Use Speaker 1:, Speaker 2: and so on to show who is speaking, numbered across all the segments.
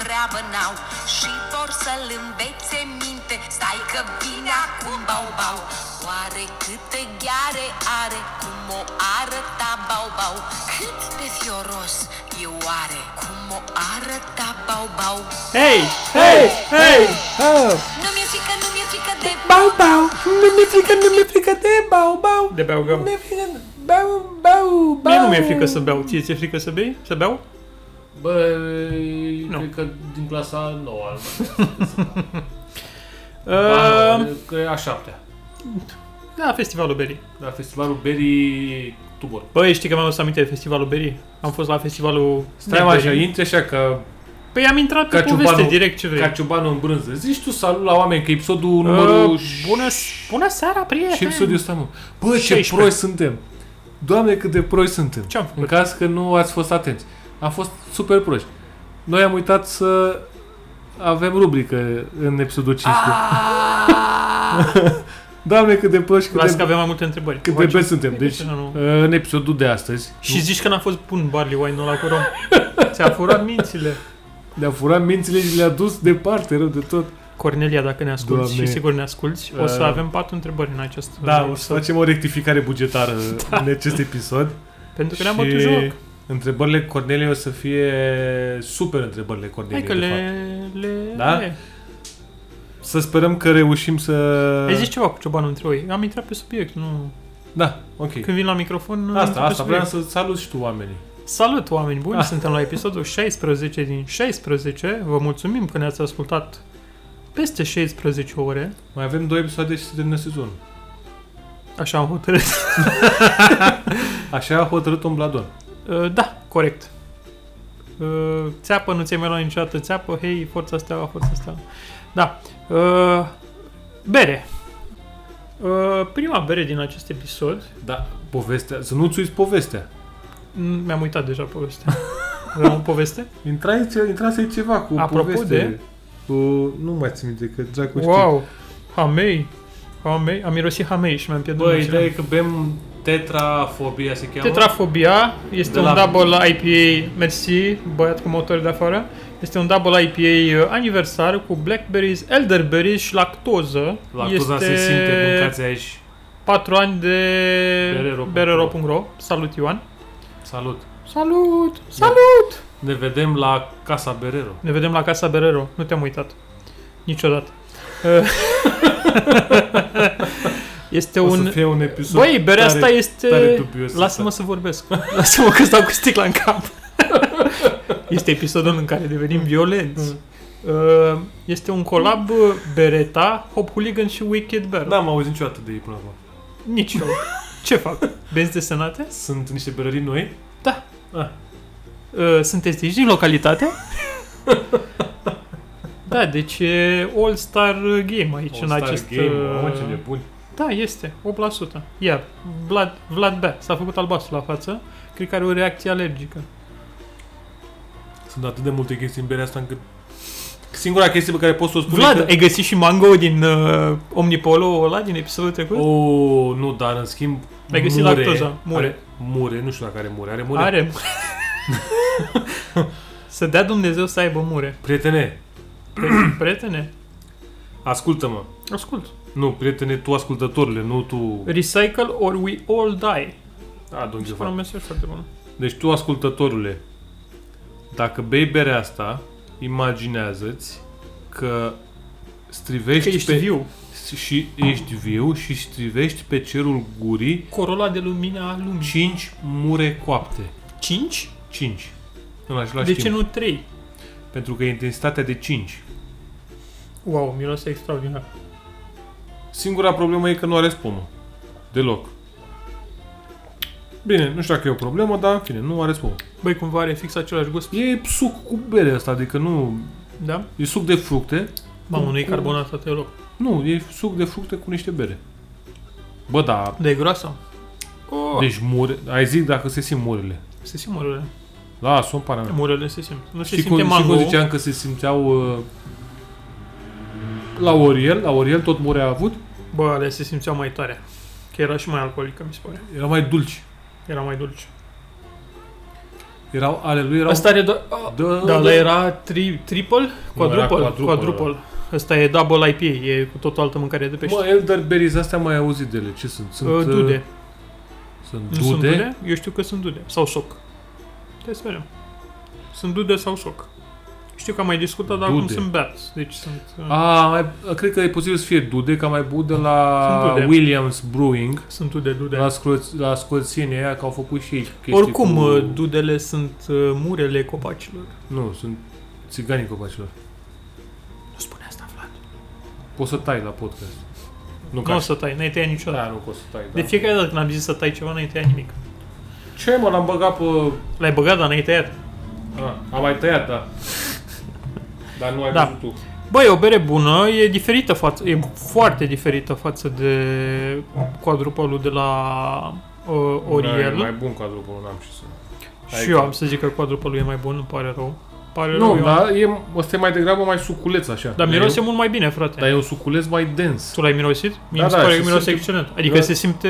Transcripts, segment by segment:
Speaker 1: treabă n-au Și vor să-l învețe minte Stai că vine acum bau bau Oare câte gheare are Cum o arăta bau bau Cât de fioros e oare Cum o arăta bau bau
Speaker 2: Hei, hei, hei,
Speaker 3: Oh,
Speaker 1: Nu mi-e frică, nu mi-e frică de
Speaker 3: bau, bau, nu mi-e frică, nu mi-e frică de bau, bau.
Speaker 2: de beau gău.
Speaker 3: Nu mi-e frică, bau, bau, bau.
Speaker 2: Mie nu mi-e frică să beau. Ție ți-e frică să bei? Să beau?
Speaker 4: Bă,
Speaker 2: Nu.
Speaker 4: cred că din clasa 9 al
Speaker 2: Uh,
Speaker 4: Că e a șaptea.
Speaker 2: da, festivalul Berii.
Speaker 4: La festivalul Berry Tubor.
Speaker 2: Băi, știi că mi-am adus aminte de festivalul Berii? Am fost la festivalul...
Speaker 4: Stai mai așa, intri așa ca,
Speaker 2: Păi am intrat pe
Speaker 4: ca
Speaker 2: poveste
Speaker 4: ciubanul,
Speaker 2: direct ce vrei.
Speaker 4: ca ciubanul în brânză. Zici tu salut la oameni, că episodul numărul...
Speaker 2: Uh, bună, bună seara, prieteni!
Speaker 4: Și episodul ăsta, mă. Bă, ce
Speaker 2: 16.
Speaker 4: proști suntem! Doamne, cât de proști suntem!
Speaker 2: Ce-am făcut?
Speaker 4: În caz că nu ați fost atenți. Am fost super proști. Noi am uitat să avem rubrică în episodul 15. Ah! Doamne, cât de proști, cât
Speaker 2: Las că
Speaker 4: de,
Speaker 2: avem mai multe întrebări.
Speaker 4: cât de
Speaker 2: Facem-
Speaker 4: best suntem. Deci,
Speaker 2: Nu, nu.
Speaker 4: în episodul de astăzi,
Speaker 2: Și zici că n-a fost bun barley wine-ul la cu rom. Ți-a furat mințile.
Speaker 4: le-a furat mințile și le-a dus departe, rău de tot.
Speaker 2: Cornelia, dacă ne asculti
Speaker 4: Doamne.
Speaker 2: și sigur ne asculti, o să
Speaker 4: Uh.
Speaker 2: avem patru întrebări în acest
Speaker 4: Da, o să
Speaker 2: episod.
Speaker 4: facem o rectificare bugetară în acest episod.
Speaker 2: Pentru că ne-am
Speaker 4: Și
Speaker 2: bătut joc.
Speaker 4: Întrebările Cornelie o să fie super întrebările
Speaker 2: Hai
Speaker 4: Cornelie,
Speaker 2: că
Speaker 4: de
Speaker 2: le...
Speaker 4: fapt.
Speaker 2: le...
Speaker 4: Da?
Speaker 2: le-
Speaker 4: Să sperăm că reușim să...
Speaker 2: Ai zis ceva cu ciobanul între oi. Am intrat pe subiect, nu...
Speaker 4: Da, ok.
Speaker 2: Când vin la microfon, nu intru pe
Speaker 4: Asta, asta,
Speaker 2: subiect.
Speaker 4: vreau să salut și tu oamenii.
Speaker 2: Salut, oameni buni!
Speaker 4: Ah.
Speaker 2: Suntem la episodul 16 din 16. Vă mulțumim că ne-ați ascultat peste 16 ore.
Speaker 4: Mai avem două episoade și se termină sezonul.
Speaker 2: Așa am hotărât.
Speaker 4: Așa a hotărât un bladon.
Speaker 2: Uh, da, corect. Uh, țeapă, nu ți-ai mai luat niciodată țeapă. Hei, forța steaua, forța steaua. Da. Uh, bere. Uh, prima bere din acest episod.
Speaker 4: Da, povestea. Să nu-ți uiți povestea.
Speaker 2: Mm, Mi-am uitat deja povestea. Vreau o poveste?
Speaker 4: Intrați, intrați ceva cu
Speaker 2: Apropo
Speaker 4: poveste.
Speaker 2: de-
Speaker 4: Cu... Nu mai țin minte, că dracu știe.
Speaker 2: Wow! Hamei! Hamei? Am mirosit hamei și mi-am pierdut
Speaker 4: Bă,
Speaker 2: noțiunea.
Speaker 4: ideea e că bem tetrafobia se cheamă.
Speaker 2: Tetrafobia este
Speaker 4: De
Speaker 2: un
Speaker 4: la-
Speaker 2: double IPA, mersi, băiat cu motor de afară. Este un double IPA uh, aniversar cu blackberries, elderberries și lactoză.
Speaker 4: Lactoza
Speaker 2: este
Speaker 4: se simte, mâncați aici.
Speaker 2: 4 ani de
Speaker 4: Berero.ro.
Speaker 2: berero.ro. Salut Ioan.
Speaker 4: Salut!
Speaker 2: Salut! Salut!
Speaker 4: Ne vedem la Casa Berero.
Speaker 2: Ne vedem la Casa Berero. Nu te-am uitat. Niciodată. este
Speaker 4: O să
Speaker 2: un...
Speaker 4: fie un episod
Speaker 2: Băi, berea
Speaker 4: tare-
Speaker 2: asta este...
Speaker 4: tare dubios
Speaker 2: Lasă-mă
Speaker 4: ăsta.
Speaker 2: să vorbesc. Lasă-mă că stau cu sticla în cap. este episodul în care
Speaker 4: Mm.
Speaker 2: devenim violenți. Uh, Este un colab uh,
Speaker 4: Mm.
Speaker 2: Beretta, Hop Hooligan și Wicked Bear.
Speaker 4: N-am auzit niciodată de ei până acum.
Speaker 2: Nici eu. Ce fac? Benzi desenate?
Speaker 4: Sunt niște berării noi.
Speaker 2: Da.
Speaker 4: Ah.
Speaker 2: Uh, Sunteți aici din localitate? da, deci e All-Star Game aici în
Speaker 4: All-Star
Speaker 2: acest...
Speaker 4: Game,
Speaker 2: uh,
Speaker 4: mamă, ce nebuni.
Speaker 2: Da, este, 8%. Iar, Vlad, Vlad Bea s-a făcut albastru la față, cred că are o reacție alergică.
Speaker 4: Sunt atât de multe chestii în berea asta încât... Singura chestie pe care pot să o spun
Speaker 2: Vlad,
Speaker 4: e că...
Speaker 2: ai găsit și mango din uh, Omnipolo ăla din episodul trecut?
Speaker 4: Oh, nu, dar în schimb...
Speaker 2: Mi-ai găsit
Speaker 4: mure,
Speaker 2: lactoza, mure.
Speaker 4: Are, mure, nu știu dacă are mure. Are mure?
Speaker 2: Are. să dea Dumnezeu să aibă mure.
Speaker 4: Prietene,
Speaker 2: Pre- Prietene,
Speaker 4: ascultă-mă.
Speaker 2: ascult.
Speaker 4: Nu, prietene, tu ascultătorile, nu tu...
Speaker 2: Recycle or we all die.
Speaker 4: Ah, don't
Speaker 2: Mi se
Speaker 4: give
Speaker 2: pare
Speaker 4: a
Speaker 2: un mesaj foarte bun.
Speaker 4: Deci tu, ascultătorule, dacă bei berea asta, imaginează-ți că
Speaker 2: Că
Speaker 4: strivești
Speaker 2: ești
Speaker 4: pe...
Speaker 2: viu.
Speaker 4: Și ești viu și strivești pe cerul gurii
Speaker 2: Corola de lumina a lumii.
Speaker 4: 5 mure coapte.
Speaker 2: 5?
Speaker 4: 5. În același
Speaker 2: De
Speaker 4: timp.
Speaker 2: ce nu 3?
Speaker 4: Pentru că e intensitatea de 5.
Speaker 2: Wow, miroase extraordinar.
Speaker 4: Singura problemă e că nu are spumă. Deloc. Bine, nu știu dacă e o problemă, dar în fine, nu are spumă.
Speaker 2: Băi, cumva are fix același gust,
Speaker 4: E suc cu bere asta, adică nu...
Speaker 2: da?
Speaker 4: E suc de fructe,
Speaker 2: Mamă,
Speaker 4: Mm.
Speaker 2: nu e carbonat atât deloc.
Speaker 4: Nu, e suc de fructe cu niște bere. Bă, da,
Speaker 2: Dar e groasă. Oh.
Speaker 4: deci mure, ai zic dacă se simt murele.
Speaker 2: Se simt murele.
Speaker 4: Da, sunt parametri.
Speaker 2: Murele se simt. Nu se
Speaker 4: Știi
Speaker 2: simte
Speaker 4: cum, știi
Speaker 2: mango.
Speaker 4: cum ziceam că se simțeau uh, la Oriel, la Oriel tot mure a avut,
Speaker 2: Bă, alea se simțeau mai tare. Că era și mai alcoolică, mi se pare.
Speaker 4: era mai dulci.
Speaker 2: Era mai dulce.
Speaker 4: Erau ale lui, erau...
Speaker 2: Asta are do-
Speaker 4: Da,
Speaker 2: Da, ăla era tri- triple? Quadruple?
Speaker 4: quadruple, da.
Speaker 2: Quadruple. Asta e double IPA, e cu tot o altă mâncare de pește.
Speaker 4: Mă, elderberries astea mai auzit de ele. Ce sunt? Sunt
Speaker 2: Uh,
Speaker 4: uh,
Speaker 2: dude.
Speaker 4: Sunt
Speaker 2: Nu Sunt
Speaker 4: dude.
Speaker 2: dude? Eu știu că sunt dude. Sau soc. Te sperăm. Sunt dude sau soc. Știu că am mai discutat, dar acum
Speaker 4: Dude.
Speaker 2: sunt bats. Deci sunt... uh,
Speaker 4: A, mai, cred că e posibil să fie dude, că am mai băut de
Speaker 2: Sunt
Speaker 4: la
Speaker 2: dude.
Speaker 4: Williams Brewing.
Speaker 2: Sunt dude, dude.
Speaker 4: La, scoț, la scoțienii aia, că au făcut și ei chestii
Speaker 2: Oricum,
Speaker 4: cu...
Speaker 2: uh, dudele sunt uh, murele copacilor.
Speaker 4: Nu, sunt țiganii copacilor.
Speaker 2: Nu spune asta, Vlad.
Speaker 4: Poți să tai la podcast. Nu
Speaker 2: Nu o
Speaker 4: ca
Speaker 2: să tai, n-ai tăiat niciodată.
Speaker 4: Da, nu poți să tai, da.
Speaker 2: De fiecare dată când am zis să tai ceva, n-ai tăiat nimic.
Speaker 4: Ce mă, l-am băgat pe...
Speaker 2: L-ai băgat, dar n-ai tăiat.
Speaker 4: A, am mai tăiat, da. Dar nu ai
Speaker 2: Da.
Speaker 4: văzut tu.
Speaker 2: Băi, o bere bună, e diferită față, e foarte diferită față de quadrupolul de la uh, Oriel.
Speaker 4: Nu, e mai bun cadru, bă, n-am ce să...
Speaker 2: Și eu am să zic că quadrupolul e mai bun, îmi pare rău. Îmi Pare rău,
Speaker 4: Nu,
Speaker 2: eu-
Speaker 4: dar e, ăsta e mai degrabă mai suculeț așa.
Speaker 2: Dar miroase
Speaker 4: E-
Speaker 2: mult mai bine, frate.
Speaker 4: Dar e un suculeț mai dens.
Speaker 2: Tu l-ai mirosit? Mie
Speaker 4: Da,
Speaker 2: mi se
Speaker 4: da,
Speaker 2: pare
Speaker 4: se
Speaker 2: că miroase
Speaker 4: simte-
Speaker 2: excelent. Adică
Speaker 4: Da.
Speaker 2: se simte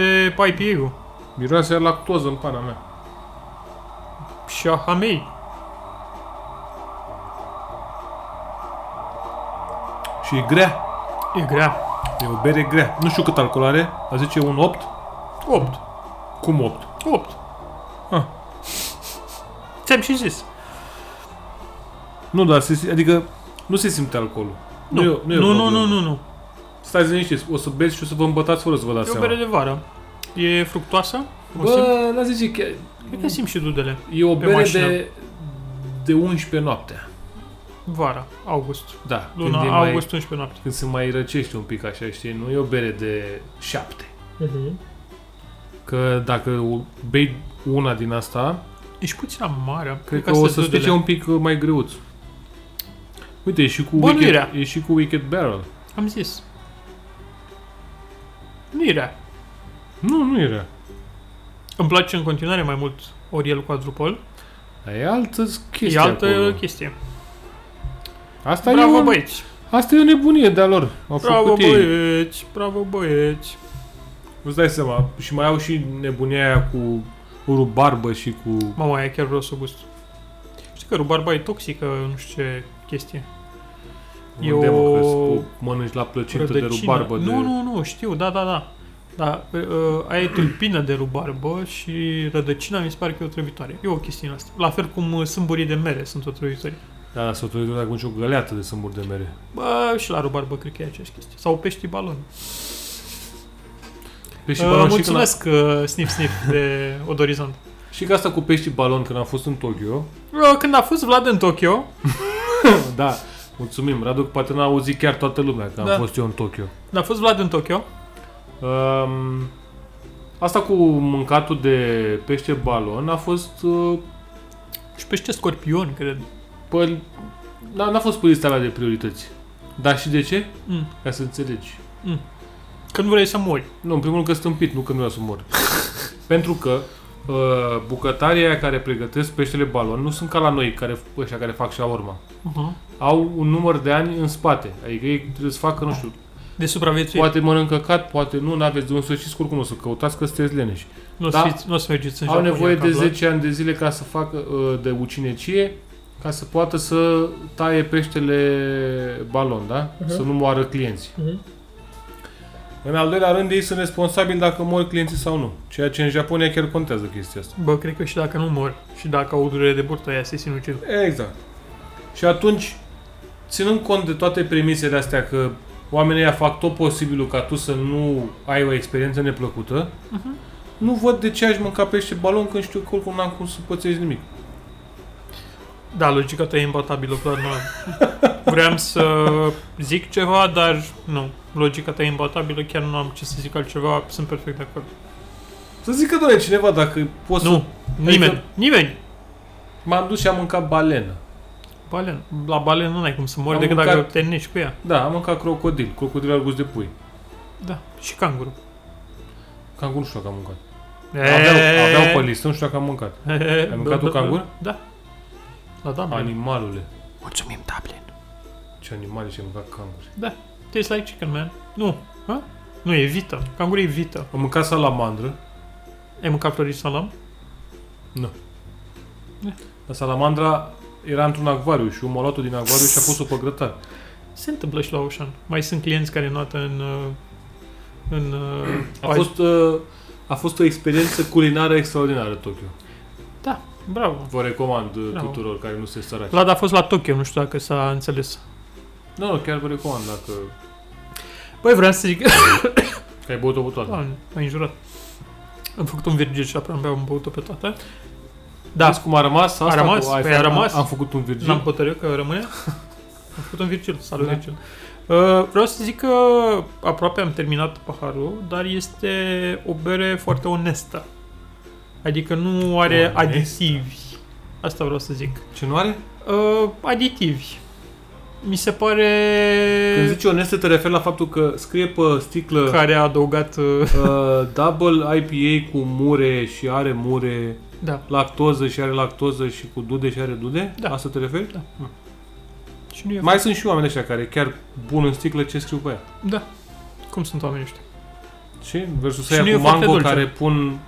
Speaker 2: IPA-ul
Speaker 4: Miroase a lactoză în pana mea.
Speaker 2: și a hamei.
Speaker 4: Și e grea.
Speaker 2: E grea.
Speaker 4: E o bere grea. Nu știu cât alcool are. A zice un 8?
Speaker 2: 8.
Speaker 4: Cum 8?
Speaker 2: 8. Ah. Ți-am și zis.
Speaker 4: Nu, dar se, sim- adică nu se simte alcoolul.
Speaker 2: Nu,
Speaker 4: e- e o
Speaker 2: nu, nu,
Speaker 4: problemă.
Speaker 2: nu, nu, nu.
Speaker 4: Stați liniștiți, o să beți și o să vă îmbătați fără să vă dați
Speaker 2: E o
Speaker 4: seama.
Speaker 2: bere de vară. E fructoasă. o simt.
Speaker 4: Bă, n-a zice că
Speaker 2: Cred că simt și dudele.
Speaker 4: e o
Speaker 2: Pe
Speaker 4: bere
Speaker 2: mașină.
Speaker 4: de, de 11 noaptea.
Speaker 2: Vara, august.
Speaker 4: Da,
Speaker 2: Luna,
Speaker 4: când, e
Speaker 2: august
Speaker 4: Mai,
Speaker 2: 11 noapte.
Speaker 4: când se mai răcește un pic așa, știi, nu e o bere de 7. Mhm. Că dacă o bei una din asta,
Speaker 2: Ești puțin amară.
Speaker 4: cred că
Speaker 2: asta
Speaker 4: o
Speaker 2: e
Speaker 4: să
Speaker 2: dudele.
Speaker 4: specie un pic uh, mai greuț. Uite, e și cu,
Speaker 2: Bă, nu e
Speaker 4: wicked,
Speaker 2: rea.
Speaker 4: e și cu wicked Barrel.
Speaker 2: Am zis. Nu e rea.
Speaker 4: Nu, nu era.
Speaker 2: Îmi place în continuare mai mult Oriel Quadrupol.
Speaker 4: Dar e altă chestie
Speaker 2: e altă
Speaker 4: acolo.
Speaker 2: chestie.
Speaker 4: Asta e
Speaker 2: Bravo
Speaker 4: un,
Speaker 2: băieți!
Speaker 4: Asta e o nebunie de-a lor. Au
Speaker 2: Bravo
Speaker 4: făcut ei.
Speaker 2: băieți! Bravo băieți!
Speaker 4: Îți dai seama. Și mai au și nebunia aia cu rubarbă și cu...
Speaker 2: Mama, aia chiar vreau să gust. Știi că rubarba e toxică, nu știu ce chestie. E
Speaker 4: unde, mă, că
Speaker 2: o
Speaker 4: să mănânci la plăcintă de
Speaker 2: Rădăcină.
Speaker 4: rubarbă. de...
Speaker 2: Nu, nu, nu, știu, da, da, da. Da, uh, aia e tulpină de rubarbă și rădăcina mi se pare că e otrăvitoare. E o chestie în asta. La fel cum uh, sâmburii de mere sunt otrăvitori.
Speaker 4: Da, dar s-o trăit atunci o găleată de sâmburi de mere.
Speaker 2: Bă, și la rubarbă cred că e aceeași chestie. Sau peștii balon.
Speaker 4: Pești
Speaker 2: Și uh,
Speaker 4: balon și, când
Speaker 2: mulțumesc, uh, Snip Snip, de odorizant.
Speaker 4: a- și că asta cu pești balon când am fost în Tokyo.
Speaker 2: Uh, Când a fost Vlad în Tokyo,
Speaker 4: da, mulțumim. Radu, poate n-a auzit chiar toată lumea că
Speaker 2: Da.
Speaker 4: am fost eu în Tokyo.
Speaker 2: când a fost Vlad în Tokyo,
Speaker 4: Um, asta cu mâncatul de pește balon a fost uh,
Speaker 2: și pește scorpion, cred.
Speaker 4: Păi, n-a, n-a fost pe lista mea de priorități. Dar și de ce?
Speaker 2: Mm.
Speaker 4: Ca să înțelegi.
Speaker 2: Când vrei să mori.
Speaker 4: Nu, în primul rând că stâmpit, nu că nu vreau să mor. Pentru că uh, bucătarii aia care pregătesc peștele balon nu sunt ca la noi, care, ăștia care fac urma.
Speaker 2: Uh-huh.
Speaker 4: Au un număr de ani în spate. Adică ei trebuie să facă, nu știu,
Speaker 2: De supraviețuire.
Speaker 4: poate mănâncă cat, poate nu, n-aveți de unde să știți, că oricum o să căutați că sunteți leneși.
Speaker 2: Nu o să,
Speaker 4: Da.
Speaker 2: fiți, nu o să mergeți în
Speaker 4: Au
Speaker 2: Japonia,
Speaker 4: nevoie
Speaker 2: ca
Speaker 4: de
Speaker 2: Vlad.
Speaker 4: 10 ani de zile ca să facă uh, de ucinecie, ca să poată să taie peștele balon, da?
Speaker 2: Mhm.
Speaker 4: Uh-huh. Să nu moară clienții. Uh-huh. În al doilea rând, ei sunt responsabili dacă mor clienții sau nu. Ceea ce în Japonia chiar contează chestia asta.
Speaker 2: Bă, cred că și dacă nu mor și dacă au o durere de burtă, aia se sinucid.
Speaker 4: Exact. Și atunci, ținând cont de toate premisele astea că oamenii ăia fac tot posibilul ca tu să nu ai o experiență neplăcută, uh-huh.
Speaker 2: Mhm.
Speaker 4: nu văd de ce aș mânca pește balon când știu că oricum n-am cum să pățești nimic.
Speaker 2: Da, logica ta e imbatabilă, Vlad, nu. Vreau să zic ceva, dar nu. Logica ta e imbatabilă, chiar nu am ce să zic altceva, sunt perfect de acord.
Speaker 4: Să zică, doamne, cineva dacă poți
Speaker 2: Nu,
Speaker 4: să...
Speaker 2: nimeni,
Speaker 4: Adică-
Speaker 2: nimeni!
Speaker 4: M-am dus și am mâncat balenă.
Speaker 2: Balen. La balen nu ai cum să mori
Speaker 4: Am
Speaker 2: decât
Speaker 4: mâncat-
Speaker 2: dacă te nești cu ea.
Speaker 4: Da, am mâncat crocodil. Crocodil al gust de pui.
Speaker 2: Da, și canguru.
Speaker 4: Cangur nu știu dacă am mâncat. Aveau, aveau pe listă, nu știu dacă am mâncat.
Speaker 2: Ai
Speaker 4: mâncat un cangur?
Speaker 2: Da. La da, Dublin.
Speaker 4: Animalule.
Speaker 1: Mulțumim, Dublin
Speaker 4: Ce animale și-ai mâncat canguri.
Speaker 2: Da. Tastes like chicken, man. Nu. Ha? Nu, e vită. Canguru e vită.
Speaker 4: Am mâncat salamandră.
Speaker 2: Ai mâncat flori salam?
Speaker 4: Nu. Dar salamandra era într-un acvariu și omul a luat-o din acvariu și a pus-o pe grătar.
Speaker 2: Se întâmplă și la Ocean. Mai sunt clienți care notă în... uh, în uh,
Speaker 4: A fost, uh, a fost o experiență culinară extraordinară Tokyo.
Speaker 2: Da, bravo.
Speaker 4: Vă recomand uh,
Speaker 2: Bravo.
Speaker 4: tuturor care nu se săraci.
Speaker 2: Vlad a fost la Tokyo, nu știu dacă s-a înțeles.
Speaker 4: Nu, nu, chiar vă recomand dacă
Speaker 2: Băi, vreau să zic...
Speaker 4: că ai băut o butoare.
Speaker 2: Doamne, m-ai înjurat. Am făcut un Virgil și apoi am băut-o pe toată.
Speaker 4: Da.
Speaker 2: Da,
Speaker 4: Vezi cum a rămas asta?
Speaker 2: A rămas,
Speaker 4: Cu- ai
Speaker 2: păi a
Speaker 4: făcut-
Speaker 2: rămas.
Speaker 4: Am făcut un virgil.
Speaker 2: L-am hotărât că rămâne. Am făcut un Virgil. Salut,
Speaker 4: Da.
Speaker 2: Virgil. Uh, vreau să zic că aproape am terminat paharul, dar este o bere foarte onestă. Adică nu are
Speaker 4: Onestă.
Speaker 2: aditivi. Asta vreau să zic.
Speaker 4: Ce nu are?
Speaker 2: Uh, aditivi. Mi se pare
Speaker 4: Când zici onestă, te referi la faptul că scrie pe sticlă
Speaker 2: care a adăugat... Uh,
Speaker 4: uh, double IPA cu mure și are mure,
Speaker 2: da.
Speaker 4: lactoză și are lactoză și cu dude și are dude?
Speaker 2: Da.
Speaker 4: Asta te referi?
Speaker 2: Da. Și nu e...
Speaker 4: Mai sunt și oameni ăștia care chiar bun în sticlă ce scriu pe ea.
Speaker 2: Da. Cum sunt oamenii ăștia?
Speaker 4: Și versus
Speaker 2: Și nu e
Speaker 4: aia cu
Speaker 2: foarte
Speaker 4: mango
Speaker 2: dulce.
Speaker 4: care pun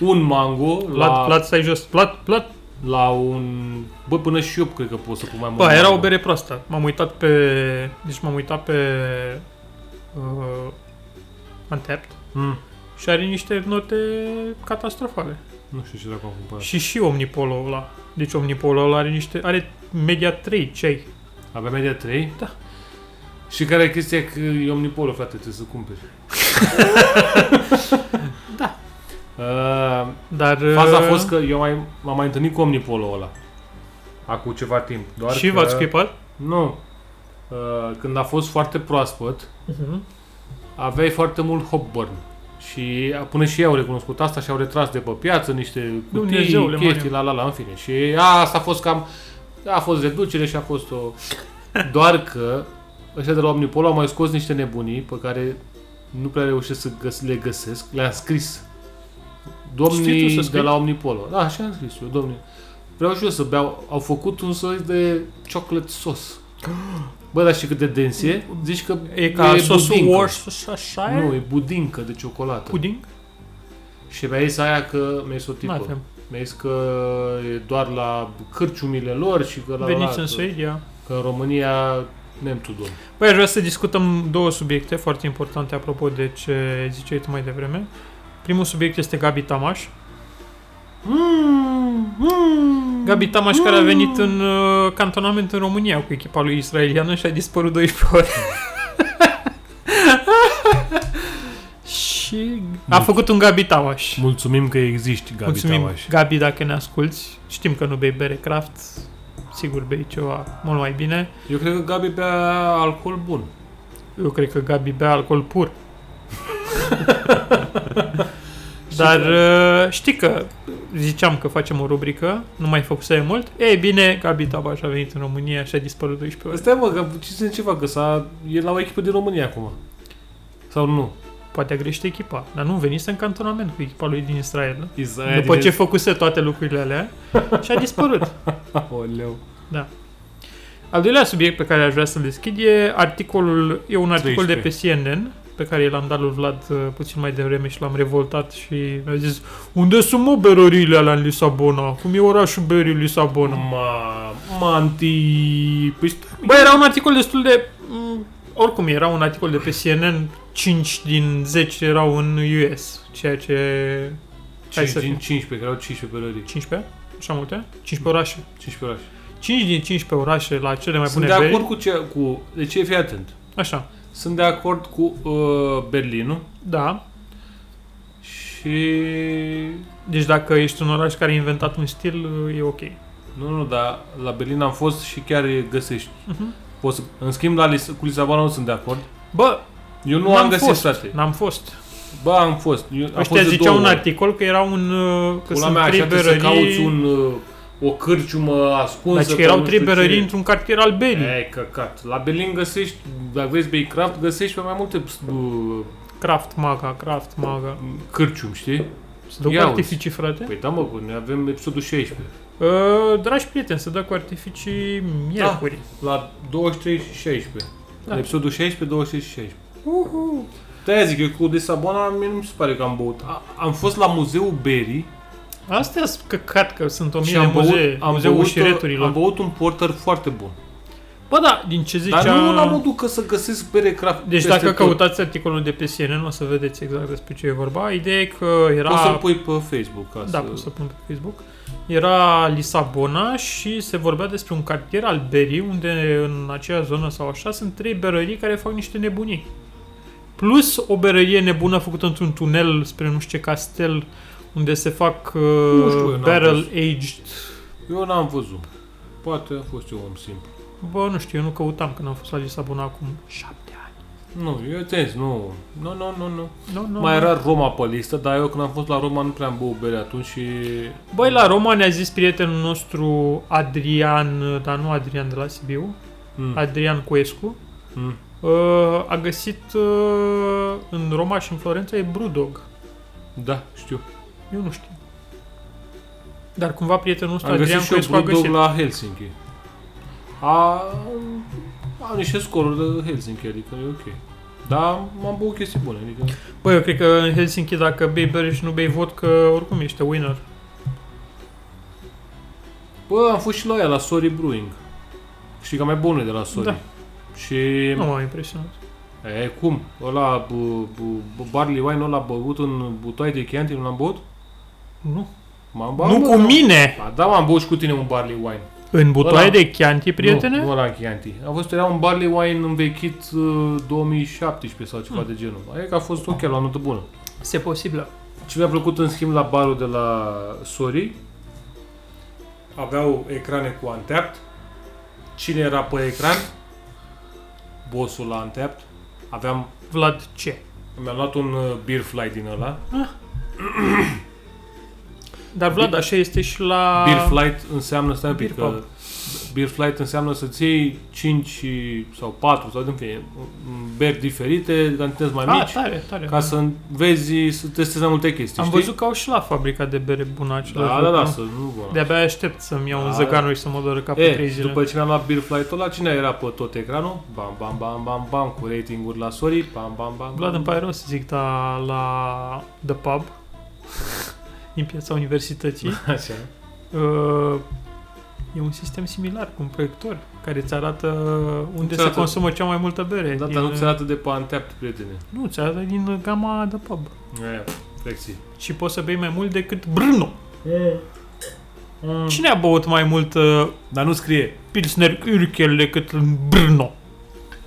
Speaker 4: un mango
Speaker 2: Plat,
Speaker 4: la, la,
Speaker 2: plat, stai jos. Plat, plat.
Speaker 4: la un... Bă, până și eu cred că pot să pun mai mult.
Speaker 2: Bă, Păi, era
Speaker 4: mango.
Speaker 2: o bere proastă. M-am uitat pe... Deci m-am uitat pe... Uh, Untapped.
Speaker 4: Mm,
Speaker 2: Și are niște note catastrofale.
Speaker 4: nu știu ce dracu am cumpărat.
Speaker 2: Și și Omnipolo ăla. Deci Omnipolo ăla are niște... Are media 3 cei.
Speaker 4: Avea media 3?
Speaker 2: Da.
Speaker 4: Și care e chestia că e omnipolo, frate, trebuie să cumperi.
Speaker 2: Da.
Speaker 4: Uh,
Speaker 2: Dar...
Speaker 4: faza a
Speaker 2: uh,
Speaker 4: fost că eu mai, m-am mai întâlnit cu omnipolo ăla. Acum ceva timp. Doar
Speaker 2: uh, Și
Speaker 4: că...
Speaker 2: v-ați schipat?
Speaker 4: Nu. Uh, când a fost foarte proaspăt, Mhm.
Speaker 2: Uh-huh.
Speaker 4: aveai foarte mult hopburn. Și a- până și ei au recunoscut asta și au retras de pe piață niște cutii,
Speaker 2: Dumnezeule,
Speaker 4: chestii, la la la, în fine. Și a, asta a fost cam, a fost reducere și a fost o... Doar că ăștia de la Omnipolo au mai scos niște nebunii pe care nu prea reușesc să găs- le găsesc. Le-am scris.
Speaker 2: Știi tu să
Speaker 4: Domnii de
Speaker 2: scrii?
Speaker 4: la Omnipolo. Da, și am scris eu, domnii. Vreau și eu să beau. Au făcut un soi de chocolate sos. Bă, dar și cât de dens e? Zici că
Speaker 2: E ca e sosul
Speaker 4: budincă.
Speaker 2: Worcestershire?
Speaker 4: Nu, e budincă de ciocolată.
Speaker 2: Puding?
Speaker 4: și mi-a zis aia că mi-a zis o tipă.
Speaker 2: N-avem.
Speaker 4: Mi-a zis că e doar la cârciumile lor și că la la,
Speaker 2: Veniți
Speaker 4: că,
Speaker 2: în Suedia.
Speaker 4: că în România nem tu domn.
Speaker 2: Băi, Păi, aș vrea să discutăm două subiecte foarte importante apropo de ce ziceai tu mai devreme. Primul subiect este Gabi Tamaș. Gabi Tamaș care a venit în uh, cantonament în România cu echipa lui israeliană și a dispărut 12 ore. și a făcut un Gabi Tamaș.
Speaker 4: Mulțumim că existi, Gabi
Speaker 2: Mulțumim,
Speaker 4: Tamaș.
Speaker 2: Gabi, dacă ne asculti. Știm că nu bei bere craft, sigur bei ceva mult mai bine.
Speaker 4: Eu cred că Gabi bea alcool bun.
Speaker 2: Eu cred că Gabi bea alcool pur. Dar uh, știi că ziceam că facem o rubrică, nu mai făcuse mult. Ei bine, Gabi Tabaș a venit în România și a dispărut 12 ore.
Speaker 4: Stai mă, că ce se ce facă? S-a, e la o echipă din România acum. Sau nu?
Speaker 2: Poate a greșit echipa, dar nu venise în cantonament cu echipa lui din Israel.
Speaker 4: Israel
Speaker 2: După ce făcuse toate lucrurile alea și a dispărut.
Speaker 4: Oleu.
Speaker 2: Al doilea subiect pe care aș vrea să-l deschid e articolul, e un articol
Speaker 4: 13.
Speaker 2: de pe CNN pe care l-am dat lui Vlad uh, puțin mai devreme și l-am revoltat și mi-a zis Unde sunt mă berările alea în Lisabona? Cum e orașul berii Lisabona?
Speaker 4: Mm. Ma, manti... Păi stai,
Speaker 2: Bă, era un articol destul de... mm, Oricum, era un articol de pe CNN 5 din 10 erau în US, ceea ce... Hai
Speaker 4: 5
Speaker 2: să
Speaker 4: din
Speaker 2: fim.
Speaker 4: 15, că erau 15 berării.
Speaker 2: 15? Așa multe? 15 orașe.
Speaker 4: 15 orașe.
Speaker 2: 5 din 15 orașe la cele mai
Speaker 4: Sunt
Speaker 2: bune
Speaker 4: de
Speaker 2: beri.
Speaker 4: acord cu ce... Cu, deci fii atent.
Speaker 2: Așa.
Speaker 4: Sunt de acord cu uh, Berlinul
Speaker 2: Da.
Speaker 4: și...
Speaker 2: Deci dacă ești un oraș care a inventat un stil, e ok.
Speaker 4: Nu, nu, dar la Berlin am fost și chiar găsești. Uh-huh. Poți să, în schimb, la Lis- cu Lisabona nu sunt de acord.
Speaker 2: Bă,
Speaker 4: Eu nu
Speaker 2: N-am
Speaker 4: am găsit,
Speaker 2: fost.
Speaker 4: frate.
Speaker 2: n-am fost.
Speaker 4: Ba, am fost. Eu, am
Speaker 2: Ăștia
Speaker 4: fost de
Speaker 2: ziceau
Speaker 4: două
Speaker 2: un
Speaker 4: ori.
Speaker 2: articol că era un... uh, Că
Speaker 4: Pula
Speaker 2: sunt
Speaker 4: mea,
Speaker 2: trei
Speaker 4: așa trebuie să cauți
Speaker 2: berării...
Speaker 4: un, uh, o cârciumă ascunsă.
Speaker 2: Deci că
Speaker 4: pe
Speaker 2: erau
Speaker 4: nu
Speaker 2: trei
Speaker 4: știu
Speaker 2: berării
Speaker 4: ce.
Speaker 2: într-un cartier al Berlin.
Speaker 4: Ei, căcat. La Berlin găsești, dacă vezi Baycraft, găsești pe mai multe uh,
Speaker 2: Craft Maga, Craft Maga.
Speaker 4: cârciumi, știi?
Speaker 2: Să dau cu
Speaker 4: Ia uzi.
Speaker 2: artificii, frate.
Speaker 4: Păi da, mă, bă, noi avem episodul 16.
Speaker 2: Uh, dragi prieteni, să dă cu artificii miercuri.
Speaker 4: La 23 și 16.
Speaker 2: Da.
Speaker 4: Da. Episodul 16, 23 și 16. Uhu. Da, zic, eu cu Lisabona mie nu mi se pare că am băut. A, am fost la Muzeul Berii
Speaker 2: Astea sunt căcat că sunt o
Speaker 4: Și
Speaker 2: mie de
Speaker 4: am băut,
Speaker 2: muzee,
Speaker 4: am,
Speaker 2: muzeul
Speaker 4: băut,
Speaker 2: șireturilor.
Speaker 4: am băut un porter foarte bun.
Speaker 2: Bă, da, din ce zicea...
Speaker 4: Dar nu la modul că să găsesc bere craft
Speaker 2: Deci
Speaker 4: peste
Speaker 2: dacă
Speaker 4: tot.
Speaker 2: căutați articolul de pe CNN, o să vedeți exact despre ce e vorba. Ideea e că era...
Speaker 4: Poți să-l pui pe Facebook. Ca
Speaker 2: Da,
Speaker 4: să...
Speaker 2: pot să pun pe Facebook. Era Lisabona și se vorbea despre un cartier al Berii, unde în acea zonă sau așa sunt trei berării care fac niște nebunii. Plus o berărie nebună făcută într-un tunel spre nu știu ce castel, unde se fac uh,
Speaker 4: Nu știu, eu n-am
Speaker 2: barrel-aged.
Speaker 4: Eu n-am văzut. Poate a fost eu om simplu.
Speaker 2: Bă, nu știu, eu nu căutam când am fost la Lisabona acum șapte ani.
Speaker 4: Nu, eu ți nu. Nu, nu, nu, nu.
Speaker 2: Nu, nu,
Speaker 4: Mai
Speaker 2: nu.
Speaker 4: era Roma pe listă, dar eu când am fost la Roma nu prea am băut bere atunci și...
Speaker 2: Băi, la Roma ne-a zis prietenul nostru Adrian, dar nu Adrian de la Sibiu,
Speaker 4: Mm.
Speaker 2: Adrian Coescu,
Speaker 4: Mm.
Speaker 2: uh, a găsit uh, în Roma și în Florența e Brewdog.
Speaker 4: Da, știu.
Speaker 2: Eu nu știu. Dar cumva prietenul nostru
Speaker 4: Am găsit
Speaker 2: Adrian
Speaker 4: și eu
Speaker 2: Coescu a
Speaker 4: Blue Dog
Speaker 2: găsit. La...
Speaker 4: la Helsinki. A... Am niște scoruri de Helsinki, adică e ok. Dar m-am băut chestii bune, adică...
Speaker 2: Bă, eu cred că în Helsinki dacă bei bere și nu bei vodka, oricum ești winner.
Speaker 4: Bă, am fost și la aia, la Sorry Brewing. Știi că mai bune de la Sorry.
Speaker 2: Da.
Speaker 4: Și...
Speaker 2: Nu m-a impresionat.
Speaker 4: E, cum? Ăla, bă, bă, bă, barley wine ăla băut în butoaie de Chianti, nu l-am băut?
Speaker 2: Nu.
Speaker 4: M-am
Speaker 2: Ba,
Speaker 4: băut?
Speaker 2: nu
Speaker 4: bă,
Speaker 2: cu măi. mine!
Speaker 4: Ba, da, m-am băut și cu tine un barley wine.
Speaker 2: În butoaie
Speaker 4: Ăla.
Speaker 2: de Chianti, prietene?
Speaker 4: Nu, nu ăla Chianti. A fost, era un barley wine învechit uh, 2017 sau ceva
Speaker 2: Hmm.
Speaker 4: de genul. Aia că a fost ok, la notă bună.
Speaker 2: Se posibilă.
Speaker 4: Ce mi-a plăcut în schimb la barul de la Sori, aveau ecrane cu Untapped. Cine era pe ecran? Bossul la Untapped. Aveam,
Speaker 2: Vlad ce?
Speaker 4: mi-am luat un uh, beer fly din ăla.
Speaker 2: Dar Vlad, așa este și la...
Speaker 4: Beer flight înseamnă, stai un pic,
Speaker 2: Beer
Speaker 4: că
Speaker 2: pub.
Speaker 4: beer flight înseamnă să-ți iei 5 sau 4 sau din fine, beri diferite, de cantități mai
Speaker 2: Ah,
Speaker 4: mici,
Speaker 2: tare, tare.
Speaker 4: ca să vezi, să testezi mai multe chestii,
Speaker 2: Am
Speaker 4: știi?
Speaker 2: văzut că au și la fabrica de bere bună același
Speaker 4: Da, da,
Speaker 2: lucru.
Speaker 4: da, să nu vă...
Speaker 2: De-abia aștept să-mi iau un
Speaker 4: Da.
Speaker 2: zăganul și să mă doară capul 3
Speaker 4: E,
Speaker 2: zile.
Speaker 4: după ce mi-am luat beer flight ăla, cine era pe tot ecranul? Bam, bam, bam, bam, bam, cu ratinguri la Sori, bam, bam, bam.
Speaker 2: Vlad,
Speaker 4: bam.
Speaker 2: îmi pare rău să zic, dar la The Pub, din piața universității,
Speaker 4: Așa. Da.
Speaker 2: uh, e un sistem similar cu un proiector care îți arată unde
Speaker 4: Îți
Speaker 2: se
Speaker 4: arată-
Speaker 2: consumă cea mai multă bere.
Speaker 4: Da,
Speaker 2: din,
Speaker 4: dar nu ți arată de pe Untapped, prietene.
Speaker 2: nu, ți arată din gama The Pub.
Speaker 4: E, flexi.
Speaker 2: Și poți să bei mai mult decât Brno.
Speaker 4: Mm.
Speaker 2: Cine a băut mai mult uh,
Speaker 4: Dar nu scrie,
Speaker 2: Pilsner Urkel decât în Brno?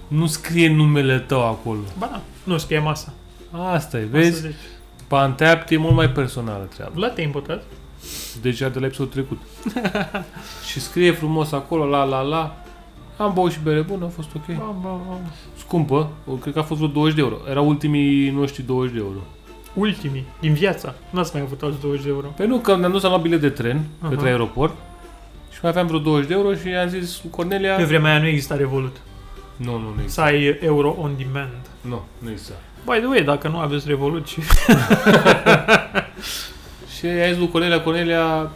Speaker 4: nu scrie numele tău acolo.
Speaker 2: Ba da, nu scrie masa.
Speaker 4: Asta e, vezi?
Speaker 2: Asta zici.
Speaker 4: Pe Untapped e mult mai personală treaba.
Speaker 2: Vlad, te-ai îmbotat?
Speaker 4: Deja de la episodul trecut. și scrie frumos acolo, la la la. Am băut și bere bună, a fost ok.
Speaker 2: Ba, ba, ba.
Speaker 4: Scumpă, o- cred că a fost vreo 20 de euro. Erau ultimii noștri 20 de euro.
Speaker 2: Ultimii din viața. N-ați mai avut alți 20 de euro.
Speaker 4: Păi nu, că ne-am dus, am luat bilet de tren uh-huh.
Speaker 2: Aha.
Speaker 4: către aeroport și mai aveam vreo 20 de euro și i-am zis lui Cornelia...
Speaker 2: Pe vremea aia nu exista Revolut.
Speaker 4: Nu, nu, nu
Speaker 2: Să
Speaker 4: există.
Speaker 2: ai euro on demand.
Speaker 4: Nu, nu există.
Speaker 2: By the way, dacă nu aveți Revolut și...
Speaker 4: Și i-am zis lui Cornelia, Cornelia,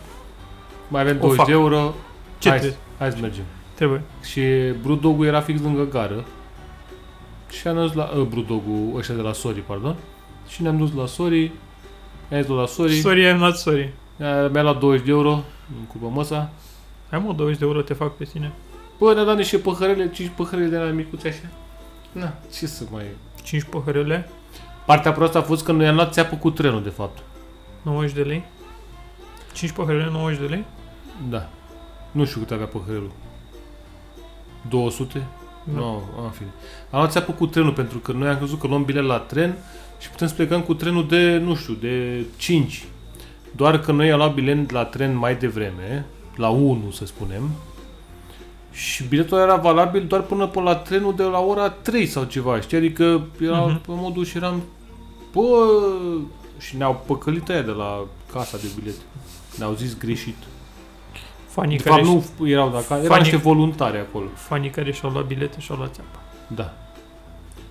Speaker 4: mai avem
Speaker 2: O
Speaker 4: 20 de
Speaker 2: fac.
Speaker 4: euro,
Speaker 2: Ce
Speaker 4: hai,
Speaker 2: trebuie?
Speaker 4: să- hai să mergem.
Speaker 2: Trebuie.
Speaker 4: Și Brudogul era fix lângă gară și am dus la... Uh, Brudogul ăștia de la Sori, pardon. Și ne-am dus la Sori, i-am zis lui la Sori,
Speaker 2: Sorry, I'm not sorry.
Speaker 4: mi-a mi-a luat 20 de euro în cupă măsa.
Speaker 2: Hai mă, 20 de euro te fac pe tine.
Speaker 4: Bă, ne-a dat niște păhărele, 5 păhărele de la micuțe așa. Na, ce să mai...
Speaker 2: 5 păhărele,
Speaker 4: Partea proastă a fost că noi am luat țeapă cu trenul, de fapt.
Speaker 2: 90 de lei. 5 păhărele, 90 de lei?
Speaker 4: Da. Nu știu cât avea păhărelul. 200? Nu,
Speaker 2: Da.
Speaker 4: no, în fine. Am luat țeapă cu trenul pentru că noi am crezut că luăm bilet la tren și putem să plecăm cu trenul de, nu știu, de 5. Doar că noi am luat bilet la tren mai devreme, la 1 să spunem, și biletul era valabil doar până, până la trenul de la ora 3 sau ceva, știi? Adică era uh-huh.
Speaker 2: Mhm.
Speaker 4: pe modul și eram... Bă! Și ne-au păcălit aia de la casa de bilet. Ne-au zis greșit.
Speaker 2: Fanii
Speaker 4: De fapt,
Speaker 2: care, nu...
Speaker 4: nu erau dacă erau
Speaker 2: Fanii-
Speaker 4: niște voluntari acolo.
Speaker 2: fanii care și-au luat bilete și-au luat țeapă.
Speaker 4: Da.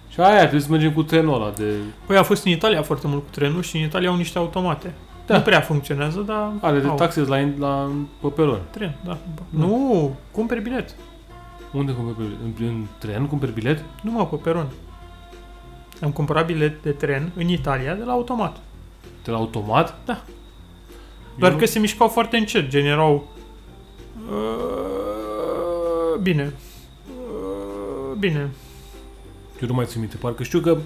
Speaker 4: Și aia trebuie să mergem cu trenul ăla de...
Speaker 2: Păi a fost în Italia foarte mult cu trenul și în Italia au niște automate.
Speaker 4: Da.
Speaker 2: Da. Nu prea funcționează, dar
Speaker 4: Are de
Speaker 2: au.
Speaker 4: taxe la, la pe peron.
Speaker 2: Tren, da. Nu, cumperi bilet.
Speaker 4: Unde cumperi bilet? În, în tren cumperi bilet?
Speaker 2: Numai pe peron. Am cumpărat bilet de tren în Italia de la automat.
Speaker 4: De la automat?
Speaker 2: Da. Doar
Speaker 4: Eu-
Speaker 2: că se mișcau foarte încet, gen erau... Uh, bine. Uh, bine.
Speaker 4: Eu nu mai țin minte, parcă știu că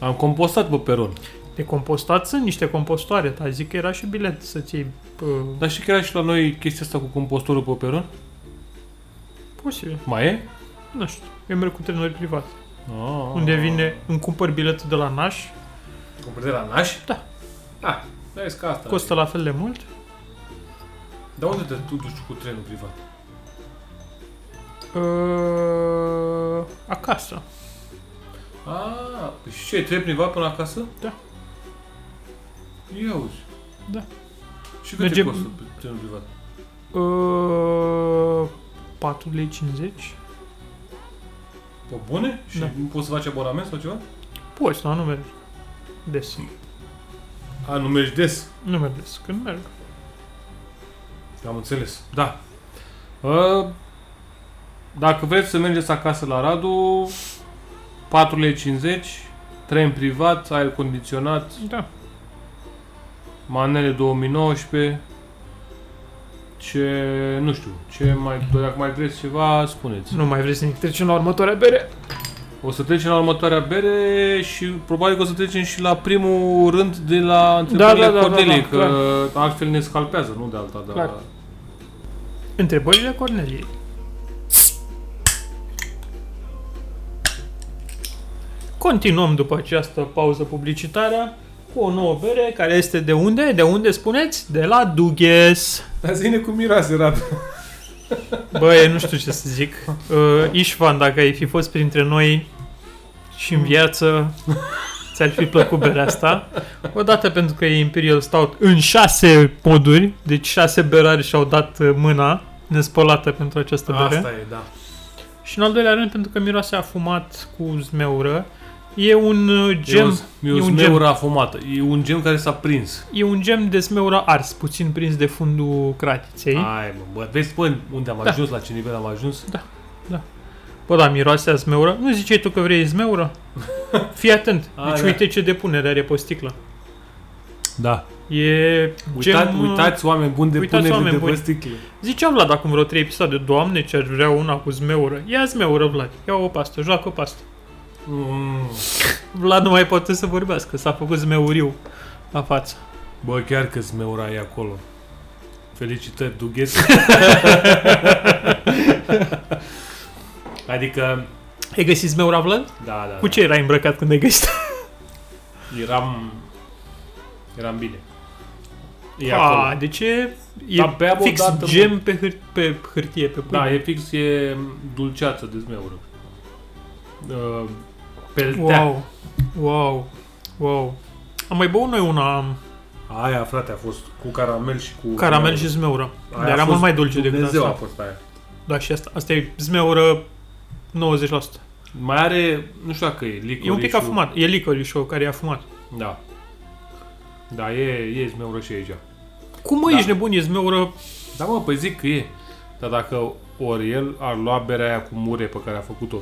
Speaker 4: am compostat pe peron.
Speaker 2: De compostat sunt niște compostoare, dar zic că era și bilet să-ți iei... Uh,
Speaker 4: Dar știi că era și la noi chestia asta cu compostorul pe peron?
Speaker 2: posibil,
Speaker 4: Mai e?
Speaker 2: nu știu. Eu merg cu trenuri private.
Speaker 4: Ah.
Speaker 2: Unde vine, îmi cumpăr biletul de la Naș,
Speaker 4: Cumperi de la naș?
Speaker 2: Da.
Speaker 4: Ah, da, e ca asta.
Speaker 2: costă la fel de mult.
Speaker 4: Dar unde te tu duci cu trenul privat?
Speaker 2: Uh, acasă.
Speaker 4: Ah, păi și ce, tren privat până acasă?
Speaker 2: Da.
Speaker 4: Ia uzi.
Speaker 2: Da.
Speaker 4: Și cât
Speaker 2: Mergem-
Speaker 4: Mergem... costă trenul privat?
Speaker 2: Uh, 4 lei 50.
Speaker 4: Pe bune? Și
Speaker 2: Da.
Speaker 4: nu poți să faci abonament sau ceva?
Speaker 2: Poți, dar nu merg des.
Speaker 4: A, nu mergi des.
Speaker 2: Nu merg des, când merg.
Speaker 4: Am înțeles. Da. Uh, dacă vreți să mergeți acasă la Radu, 4,50 lei, tren privat, aer condiționat,
Speaker 2: Da.
Speaker 4: manele 2019, ce, nu știu, ce mai, dacă mai vreți ceva, spuneți.
Speaker 2: Nu mai vrei să ne trecem la următoarea bere?
Speaker 4: O să trecem la următoarea bere și probabil că o să trecem și la primul rând de la întrebările
Speaker 2: da, da, da,
Speaker 4: Cornelie,
Speaker 2: da,
Speaker 4: că altfel ne scalpează, nu de alta, dar...
Speaker 2: Clar. Întrebările Corneliei. Continuăm după această pauză publicitară cu o nouă bere care este de unde? De unde spuneți? De la Dughes.
Speaker 4: Dar zine cum miroase, Radu.
Speaker 2: Băi, nu știu ce să zic. Uh, Ișvan, dacă ai fi fost printre noi și în viață, ți-ar fi plăcut berea asta. Odată pentru că e Imperial Stout în șase moduri, deci șase berari și-au dat uh, mâna nespălată pentru această bere.
Speaker 4: Asta e, da.
Speaker 2: Și în al doilea rând, pentru că miroase a fumat cu zmeură, e un uh,
Speaker 4: Gem, e
Speaker 2: gem,
Speaker 4: o, e o
Speaker 2: un
Speaker 4: smeură afumată. E un gem care s-a prins.
Speaker 2: e un gem de zmeură ars, puțin prins de fundul cratiței.
Speaker 4: Ai, mă, bă, vezi, bă, unde am
Speaker 2: Da.
Speaker 4: ajuns, la ce nivel am ajuns?
Speaker 2: Bă, da, miroase a zmeură. Nu ziceai tu că vrei zmeură? Fii atent.
Speaker 4: A,
Speaker 2: Deci
Speaker 4: da.
Speaker 2: uite ce depunere are pe sticlă.
Speaker 4: Da.
Speaker 2: E
Speaker 4: Uitați,
Speaker 2: gem...
Speaker 4: uitați oameni buni de
Speaker 2: uitați
Speaker 4: punere
Speaker 2: oameni
Speaker 4: de
Speaker 2: buni.
Speaker 4: pe sticle.
Speaker 2: Ziceam Vlad acum vreo 3 episoade, Doamne, ce aș vrea una cu zmeură. Ia zmeură, Vlad. Ia o pastă, joacă o pastă.
Speaker 4: Mm.
Speaker 2: Vlad nu mai poate să vorbească, s-a făcut zmeuriu la față.
Speaker 4: Bă, chiar că smeura e acolo. Felicitări, Dughes. adică,
Speaker 2: Ai găsit zmeura, Vlad?
Speaker 4: da, da.
Speaker 2: Cu ce erai îmbrăcat când ai găsit?
Speaker 4: Eram... Eram bine. E
Speaker 2: A,
Speaker 4: acolo.
Speaker 2: deci e, e
Speaker 4: Dar beam
Speaker 2: fix
Speaker 4: odată, mă.
Speaker 2: gem pe, hâr- pe hârtie, pe pâine.
Speaker 4: Da, e fix, e dulceață de zmeură. Uh, peltea.
Speaker 2: Wow, wow, wow. Am mai băut noi una
Speaker 4: Aia, frate, a fost cu caramel și cu...
Speaker 2: caramel și zmeură.
Speaker 4: Aia
Speaker 2: Dar
Speaker 4: a
Speaker 2: era
Speaker 4: fost
Speaker 2: mult mai dulce decât
Speaker 4: Dumnezeu a
Speaker 2: asta.
Speaker 4: fost aia.
Speaker 2: Da, și asta, asta e zmeură 90%.
Speaker 4: Mai are, nu știu dacă e licorișul.
Speaker 2: E un pic afumat. E licorișul care e afumat.
Speaker 4: Da. Da, e, e zmeură și aici.
Speaker 2: Cum mă,
Speaker 4: Da.
Speaker 2: ești nebun? E zmeură...
Speaker 4: Da, mă, păi zic că e. Dar dacă ori el ar lua berea aia cu mure pe care a făcut-o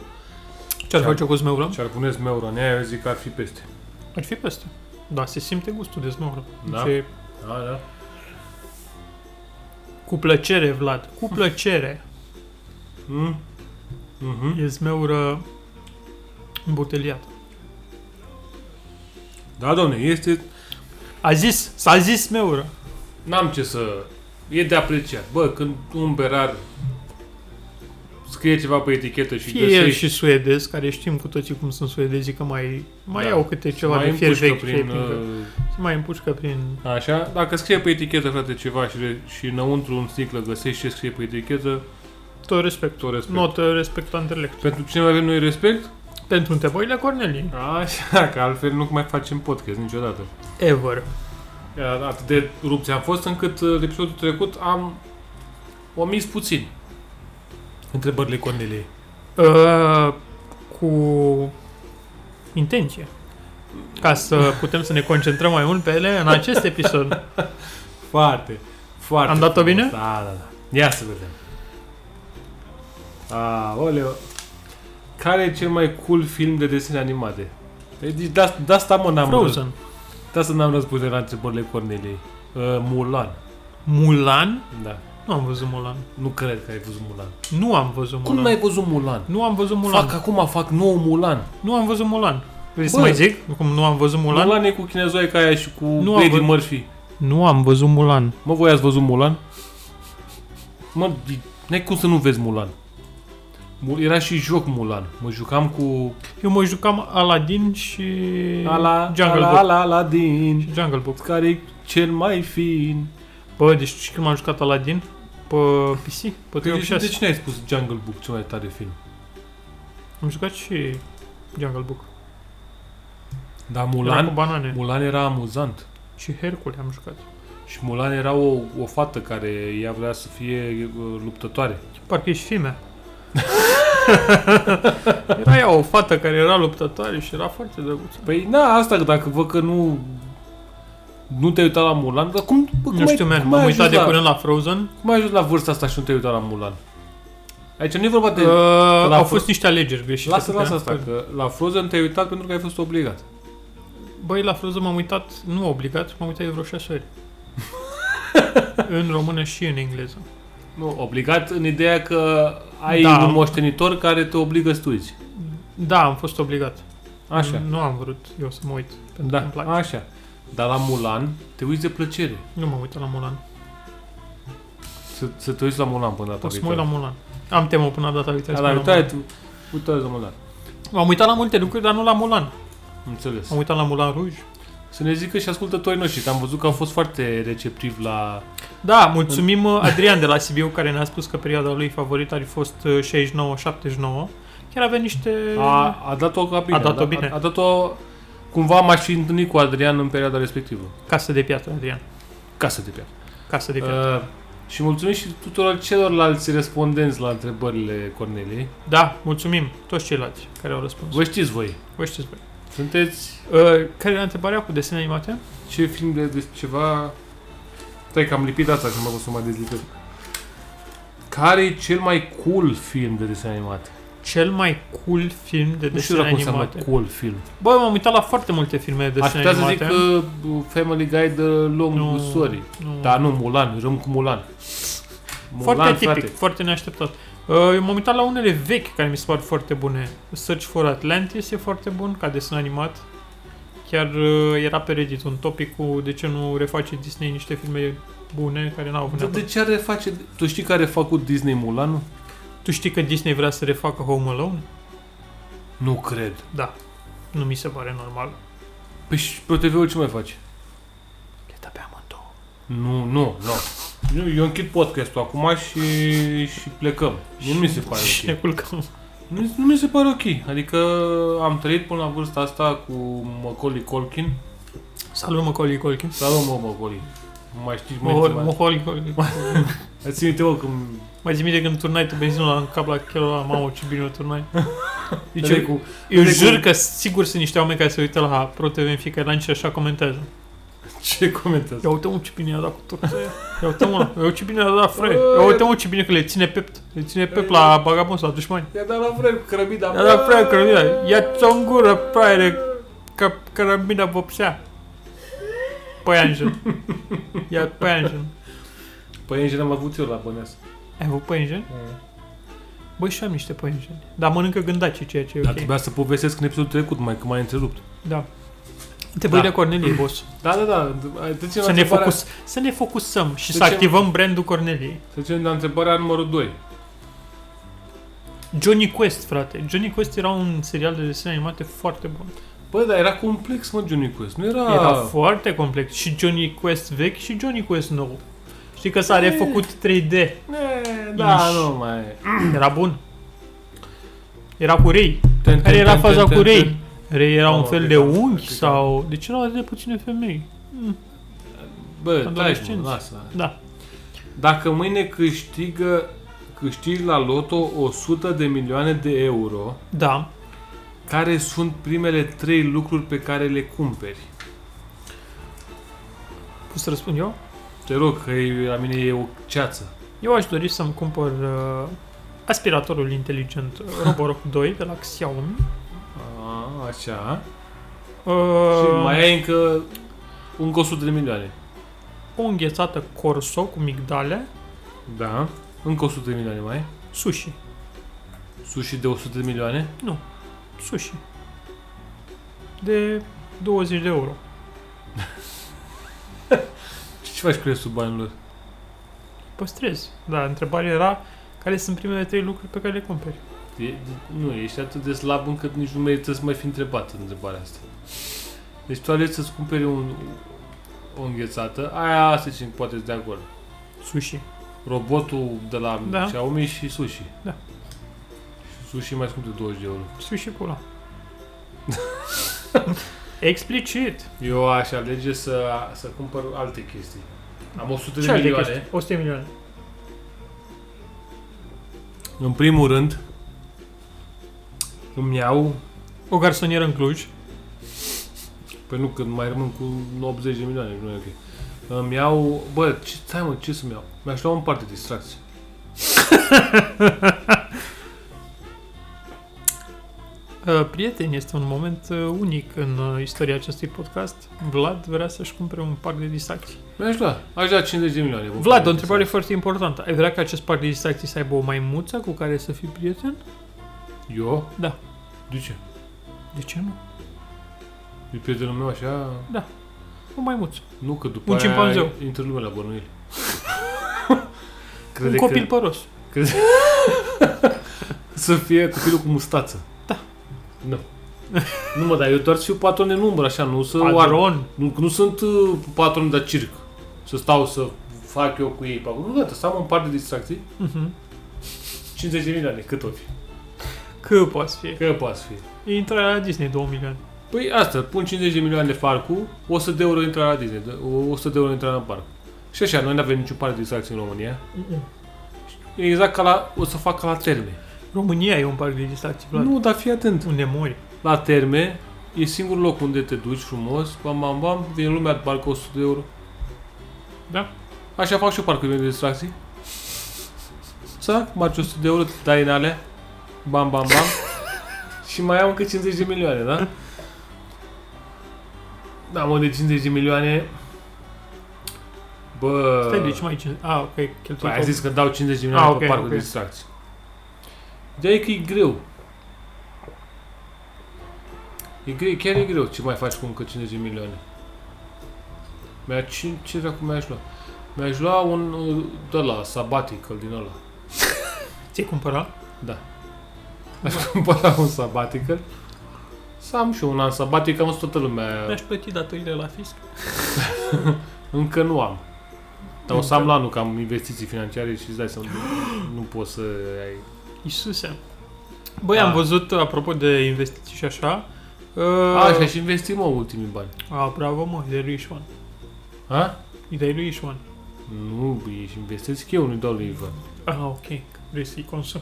Speaker 2: Ce-ar
Speaker 4: Ce-ar-
Speaker 2: face cu zmeură?
Speaker 4: și ar pune zmeură în ea, eu zic că ar fi peste.
Speaker 2: Ar fi peste. Da, se simte gustul de zmeură.
Speaker 4: Da.
Speaker 2: Deci, e-
Speaker 4: Da, da.
Speaker 2: cu plăcere, Vlad. Cu plăcere.
Speaker 4: Mm. Mhm.
Speaker 2: E zmeură îmbuteliată.
Speaker 4: Da, domne, este...
Speaker 2: A zis, s-a zis zmeură.
Speaker 4: N-am ce să... E de apreciat. Bă, când un berar scrie ceva pe etichetă și
Speaker 2: Fie el
Speaker 4: găsești...
Speaker 2: și suedez, care știm cu toții cum sunt suedezii, că mai, mai
Speaker 4: Da.
Speaker 2: iau câte ceva
Speaker 4: mai
Speaker 2: de fier
Speaker 4: împușcă
Speaker 2: vechi.
Speaker 4: prin,
Speaker 2: Prin, uh...
Speaker 4: uh,
Speaker 2: Se mai împușcă prin...
Speaker 4: Așa, dacă scrie pe etichetă, frate, ceva și, și înăuntru în sticlă găsești ce scrie pe etichetă,
Speaker 2: Tot respect.
Speaker 4: tot respect.
Speaker 2: Notă respectant elect.
Speaker 4: Pentru cine mai avem noi respect?
Speaker 2: Pentru întrebările Cornelie.
Speaker 4: Așa, că altfel nu mai facem podcast niciodată.
Speaker 2: Ever.
Speaker 4: Iar Atât de rupți am fost încât în episodul trecut am omis puțin întrebările Corneliei.
Speaker 2: Uh, cu intenție. Ca să putem să ne concentrăm mai mult pe ele în acest episod.
Speaker 4: Foarte, foarte.
Speaker 2: Am dat-o
Speaker 4: frumos.
Speaker 2: bine?
Speaker 4: Da, da, da. Ia să vedem. Aoleu. Care e cel mai cool film de desene animate? Păi, Deci de asta mă n-am răs-
Speaker 2: Frozen.
Speaker 4: De asta n-am răspuns la întrebările Corneliei. Uh, Mulan.
Speaker 2: Mulan?
Speaker 4: Da.
Speaker 2: Nu am văzut Mulan.
Speaker 4: Nu cred că ai văzut Mulan.
Speaker 2: Nu am văzut Mulan.
Speaker 4: Cum n-ai văzut Mulan?
Speaker 2: Nu am văzut Mulan.
Speaker 4: Fac acum, fac nou Mulan.
Speaker 2: Nu am văzut Mulan. Vrei să
Speaker 4: Bă.
Speaker 2: mai zic? Cum nu am văzut Mulan?
Speaker 4: Mulan, Mulan e cu chinezoica aia și cu
Speaker 2: Nu
Speaker 4: nu
Speaker 2: am
Speaker 4: Eddie
Speaker 2: văzut.
Speaker 4: Murphy.
Speaker 2: Nu am văzut Mulan.
Speaker 4: Mă, voi ați văzut Mulan? Mă, e- n-ai cum să nu vezi Mulan. Mu- Era și joc Mulan. Mă jucam cu...
Speaker 2: Eu mă jucam Aladdin și Jungle
Speaker 4: ala,
Speaker 2: Book.
Speaker 4: ala, Aladdin,
Speaker 2: Jungle Book.
Speaker 4: care e cel mai fin.
Speaker 2: Bă, deci știi când m-am jucat Aladdin? Pe PC? Pe
Speaker 4: Păi, de,
Speaker 2: 36.
Speaker 4: de ce n-ai spus Jungle Book cel mai tare film?
Speaker 2: Am jucat și Jungle Book.
Speaker 4: Dar
Speaker 2: Mulan? Era cu
Speaker 4: Mulan,
Speaker 2: banane.
Speaker 4: Mulan era amuzant.
Speaker 2: și Hercule am jucat.
Speaker 4: Și Mulan era o, o fată care ea vrea să fie uh, luptătoare.
Speaker 2: Parcă ești fimea. era ea o fată care era luptătoare și era foarte drăguță.
Speaker 4: Păi na, asta că dacă văd că nu nu te-ai uitat la Mulan, dar cum, bă, cum
Speaker 2: Nu știu,
Speaker 4: ai,
Speaker 2: man,
Speaker 4: cum ai
Speaker 2: m-am uitat
Speaker 4: ajuns
Speaker 2: de
Speaker 4: la,
Speaker 2: curând la Frozen.
Speaker 4: Cum ai ajuns la vârsta asta și nu te-ai uitat la Mulan? Aici nu e vorba de...
Speaker 2: Uh,
Speaker 4: la
Speaker 2: au
Speaker 4: Fro-
Speaker 2: fost niște alegeri greșite.
Speaker 4: lasă,
Speaker 2: pentru
Speaker 4: lasă
Speaker 2: ea.
Speaker 4: asta, că la Frozen te-ai uitat pentru că ai fost obligat.
Speaker 2: Băi, la Frozen m-am uitat, nu obligat, m-am uitat de vreo șase ori. în română și în engleză.
Speaker 4: Nu, obligat în ideea că ai
Speaker 2: Da.
Speaker 4: da. un moștenitor care te obligă să te uiți.
Speaker 2: Da, am fost obligat.
Speaker 4: Așa,
Speaker 2: Nu am vrut eu să mă uit. Pentru că
Speaker 4: da,
Speaker 2: Mm, îmi place.
Speaker 4: așa. Dar la Mulan te uiți de plăcere.
Speaker 2: Nu m-am uitat la Mulan.
Speaker 4: Să, să te uiți la Mulan până data
Speaker 2: O să mă uit la Mulan. Am temă până data viitoare.
Speaker 4: Da,
Speaker 2: să mă
Speaker 4: da,
Speaker 2: uit la
Speaker 4: uite,
Speaker 2: Mulan.
Speaker 4: tu, uite la Mulan.
Speaker 2: M-am uitat la multe lucruri, dar nu la Mulan.
Speaker 4: Înțeles.
Speaker 2: M-am uitat la Mulan Rouge.
Speaker 4: Să ne zică și ascultătorii noștri, că am văzut că au fost foarte receptivi la...
Speaker 2: Da, mulțumim
Speaker 4: Mm.
Speaker 2: uh, Adrian de la Sibiu care ne-a spus că perioada lui favorită ar fi fost uh, 69-79. Chiar avea niște...
Speaker 4: A, a dat-o ca bine.
Speaker 2: Mm. A dat-o
Speaker 4: da-
Speaker 2: bine.
Speaker 4: A, a dat-o... Cumva m-aș fi întâlnit cu Adrian în perioada respectivă.
Speaker 2: Casă de piatră, Adrian.
Speaker 4: Ca să te pierd.
Speaker 2: Casă de piatră.
Speaker 4: Uh, și mulțumim și tuturor celorlalți respondenți la întrebările Corneliei.
Speaker 2: Da, mulțumim toți ceilalți care au răspuns.
Speaker 4: Vă știți Uh. voi.
Speaker 2: Vă știți voi.
Speaker 4: Sunteți
Speaker 2: Uh, care era întrebarea cu desene animate?
Speaker 4: ce film de, de ceva... Stai că am lipit asta, că nu mă pot să mai dezlipesc. Care e cel mai cool film de desen animat?
Speaker 2: Cel mai cool film de
Speaker 4: Nu știu
Speaker 2: desene
Speaker 4: dacă înseamnă
Speaker 2: animate.
Speaker 4: cool film.
Speaker 2: Bă, m-am uitat la foarte multe filme de
Speaker 4: Aș
Speaker 2: desene
Speaker 4: putea să
Speaker 2: animate.
Speaker 4: zic că uh, Family Guy de Long
Speaker 2: Nu.
Speaker 4: nu. Story.
Speaker 2: nu.
Speaker 4: Dar nu, Mulan, răm cu Mulan.
Speaker 2: Foarte
Speaker 4: Mulan,
Speaker 2: atipic,
Speaker 4: frate.
Speaker 2: foarte neașteptat. Uh, eu m-am uitat la unele vechi care mi se par foarte bune. Search for Atlantis e foarte bun ca desen animat. Chiar uh, era pe Reddit un topic cu de ce nu reface Disney niște filme bune care n-au avut
Speaker 4: Dar de
Speaker 2: neapărat.
Speaker 4: ce are face... Tu știi care a făcut Disney Mulan? nu?
Speaker 2: Tu știi că Disney vrea să refacă Home Alone?
Speaker 4: Nu cred.
Speaker 2: Da. Nu mi se pare normal.
Speaker 4: Păi și ProTV-ul ce mai face?
Speaker 2: Le dă pe amândouă.
Speaker 4: Nu, nu, nu. Eu, eu închid podcastul acum și, și plecăm. Nu mi se pare
Speaker 2: Și ne
Speaker 4: ok.
Speaker 2: culcăm.
Speaker 4: Nu, nu mi se pare ok. Adică am trăit până la vârsta asta cu Macaulay Culkin.
Speaker 2: Salut, Macaulay Culkin.
Speaker 4: Salut, mă, Macaulay. Nu Mai știi, mă,
Speaker 2: Mohol,
Speaker 4: mai... Mă...
Speaker 2: Mohol, Culkin.
Speaker 4: Ați minte, mă, când
Speaker 2: Mai zi minte când turnai tu benzinul ăla în cap la chelul ăla, mamă, ce bine o turnai. Deci
Speaker 4: Deci,
Speaker 2: eu,
Speaker 4: cu...
Speaker 2: Eu
Speaker 4: Deci-
Speaker 2: jur că sigur sunt niște oameni care se uită la ProTV în fiecare an și așa comentează.
Speaker 4: Ce comentează?
Speaker 2: Ia uite mă ce bine a dat cu torta aia. Ia uite mă, ia uite ce bine a dat frate. Ia uite mă ce bine că le ține pept. Le ține pept la vagabond sau la dușmani.
Speaker 4: I-a dat la vreme cu cărămida.
Speaker 2: Ia da frate cărămida. Ia ți-o în gură frate. Că cărămida vopsea. Păianjen. Ia păianjen.
Speaker 4: Păi în general am avut eu la Băneasă.
Speaker 2: Ai avut păianjen? Băi, și am niște păianjeni. Dar mănâncă gândaci, ceea ce e
Speaker 4: Dar
Speaker 2: ok.
Speaker 4: trebuia să povestesc în episodul trecut, mai că m-ai întrerupt.
Speaker 2: Da. Întrebările
Speaker 4: Da.
Speaker 2: Cornelie, boss.
Speaker 4: Da, da, da. Trecem
Speaker 2: Să ne, focus, să ne focusăm și să
Speaker 4: Ducem-
Speaker 2: activăm brandul Corneliei.
Speaker 4: Trecem la întrebarea numărul 2.
Speaker 2: Johnny Quest, frate. Johnny Quest era un serial de desene animate foarte bun.
Speaker 4: Bă, dar era complex, mă, Johnny Quest. Nu era...
Speaker 2: Era foarte complex. Și Johnny Quest vechi și Johnny Quest nou. Știi că s-a
Speaker 4: E.
Speaker 2: refăcut 3D.
Speaker 4: E, da,
Speaker 2: Inși.
Speaker 4: nu mai...
Speaker 2: Era bun. Era cu Rei.
Speaker 4: Ten,
Speaker 2: Care
Speaker 4: ten,
Speaker 2: era
Speaker 4: ten,
Speaker 2: faza
Speaker 4: ten,
Speaker 2: cu
Speaker 4: ten,
Speaker 2: Rei?
Speaker 4: ten. Oh, da,
Speaker 2: Rei era un
Speaker 4: Mamă,
Speaker 2: fel
Speaker 4: cred
Speaker 2: de
Speaker 4: că am-
Speaker 2: unghi
Speaker 4: cred că am-
Speaker 2: sau... De ce erau atât de puține femei?
Speaker 4: Bă, dai,
Speaker 2: Adolescenți.
Speaker 4: mă, lasă.
Speaker 2: Da.
Speaker 4: Dacă mâine câștigă câștigi la loto 100 de milioane de euro,
Speaker 2: Da.
Speaker 4: care sunt primele trei lucruri pe care le cumperi?
Speaker 2: Pot să răspund eu?
Speaker 4: Te rog, că e- la mine e o ceață.
Speaker 2: Eu aș dori să-mi cumpăr uh, aspiratorul inteligent Roborock 2 de la Xiaomi.
Speaker 4: A, așa.
Speaker 2: Uh,
Speaker 4: Și mai ai încă încă 100 de milioane.
Speaker 2: o înghețată corso cu migdale,
Speaker 4: Da. Încă 100 de milioane mai.
Speaker 2: sushi.
Speaker 4: Sushi de 100 de milioane.
Speaker 2: Nu, sushi. De 20 de euro.
Speaker 4: Ce, ce faci cu restul banilor?
Speaker 2: Păstrezi. Da, întrebarea era care sunt primele trei lucruri pe care le cumperi.
Speaker 4: E, nu, ești atât de slab încât nici nu merită să mai fi întrebat întrebarea asta. Deci tu alegi să-ți cumperi un, o înghețată, aia să zicem poate de acord.
Speaker 2: Sushi.
Speaker 4: Robotul de la da.
Speaker 2: Da.
Speaker 4: Xiaomi și sushi.
Speaker 2: Da.
Speaker 4: Și sushi e mai scump de 20 de euro.
Speaker 2: Sushi pula. Explicit.
Speaker 4: Eu aș alege să, să cumpăr alte chestii. Am 100
Speaker 2: Ce
Speaker 4: de
Speaker 2: alte
Speaker 4: milioane.
Speaker 2: chestii? 100 de milioane.
Speaker 4: În primul rând, îmi iau,
Speaker 2: O garsonieră în Cluj.
Speaker 4: păi nu, când mai rămân cu 80 de milioane, nu e ok. Îmi iau, bă, ce, stai mă, ce să-mi iau? Mi-aș lua un par de distracție.
Speaker 2: Uh, Prieteni, este un moment uh, unic în uh, istoria acestui podcast. Vlad vrea să-și cumpere un par de distracții.
Speaker 4: Mi-aș lua, aș da 50 de milioane. bă,
Speaker 2: Vlad, o
Speaker 4: frate,
Speaker 2: întrebare foarte importantă. Ai vrea ca acest par de distracții să aibă o maimuță cu care să fii prieten?
Speaker 4: să- Eu?
Speaker 2: Da.
Speaker 4: De ce?
Speaker 2: De ce nu?
Speaker 4: E prietenul meu așa?
Speaker 2: O maimuță.
Speaker 4: Nu, că după
Speaker 2: Un
Speaker 4: aia
Speaker 2: cimpanzeu.
Speaker 4: intră lumea la bănuieli.
Speaker 2: un
Speaker 4: că-
Speaker 2: copil păros.
Speaker 4: Crede... să fie copilul cu mustață. Da. Nu. Nu mă, dar eu doar să fiu patron în umbră, așa, nu să...
Speaker 2: Padron.
Speaker 4: Nu, nu sunt uh, patron de circ. Să stau să fac eu cu ei pe acolo. Nu, gata, să am un par de distracții.
Speaker 2: Mhm.
Speaker 4: 50 de milioane, cât o fi.
Speaker 2: Cât poate fi?
Speaker 4: Că poate fi.
Speaker 2: Intră la Disney 2 milioane.
Speaker 4: Păi asta, pun 50 de milioane de farcu, 100 de euro intră la Disney, de- o- 100 de euro intră în parc. Și așa, noi nu avem niciun par de distracție în România. E exact ca la, o să fac ca la terme.
Speaker 2: România e un parc de distracții, Vlad.
Speaker 4: Nu, Uh, dar fii atent.
Speaker 2: Unde mori.
Speaker 4: La terme, e singurul loc unde te duci frumos, bam, bam, bam, vine lumea, parcă 100 de euro.
Speaker 2: Da.
Speaker 4: Așa fac și eu parcul meu de distracții. Țac, marci 100 de euro, te dai în alea, bam, bam, bam. și mai am încă 50 de milioane, da? Da, mă, de 50 de milioane... Bă...
Speaker 2: Stai, deci, de ce mai cin- A, ok, cheltuit.
Speaker 4: Păi ai
Speaker 2: opt.
Speaker 4: zis că dau 50 de milioane
Speaker 2: Ah,
Speaker 4: ah,
Speaker 2: ok,
Speaker 4: pe parcul
Speaker 2: ok.
Speaker 4: de distracții. De e că e greu. E greu, chiar e greu ce mai faci cu încă 50 de milioane. Mi-a, ce, ce dracu mi-aș lua? Mi-aș lua un uh, de la sabbatical din ăla.
Speaker 2: Ți-ai cumpărat?
Speaker 4: Da. Aș cumpăra un sabbatical. Să am și eu un an sabbatical, am toată lumea.
Speaker 2: Mi-aș plăti datorile la fisc.
Speaker 4: Încă nu am. Dar o să am la anul că am investiții financiare și îți dai seama, nu, nu poți să ai
Speaker 2: Iisuse. Băi,
Speaker 4: Da.
Speaker 2: am văzut, apropo de investiții și așa,
Speaker 4: A, și
Speaker 2: uh,
Speaker 4: aș investi, mă, ultimii bani.
Speaker 2: a, bravo, mă, ideea lui Ișoan.
Speaker 4: A?
Speaker 2: Ideea lui Ișoan.
Speaker 4: Nu, își investesc eu, nu-i dau lui Ivan.
Speaker 2: Ah, ok, că vrei să-i consum.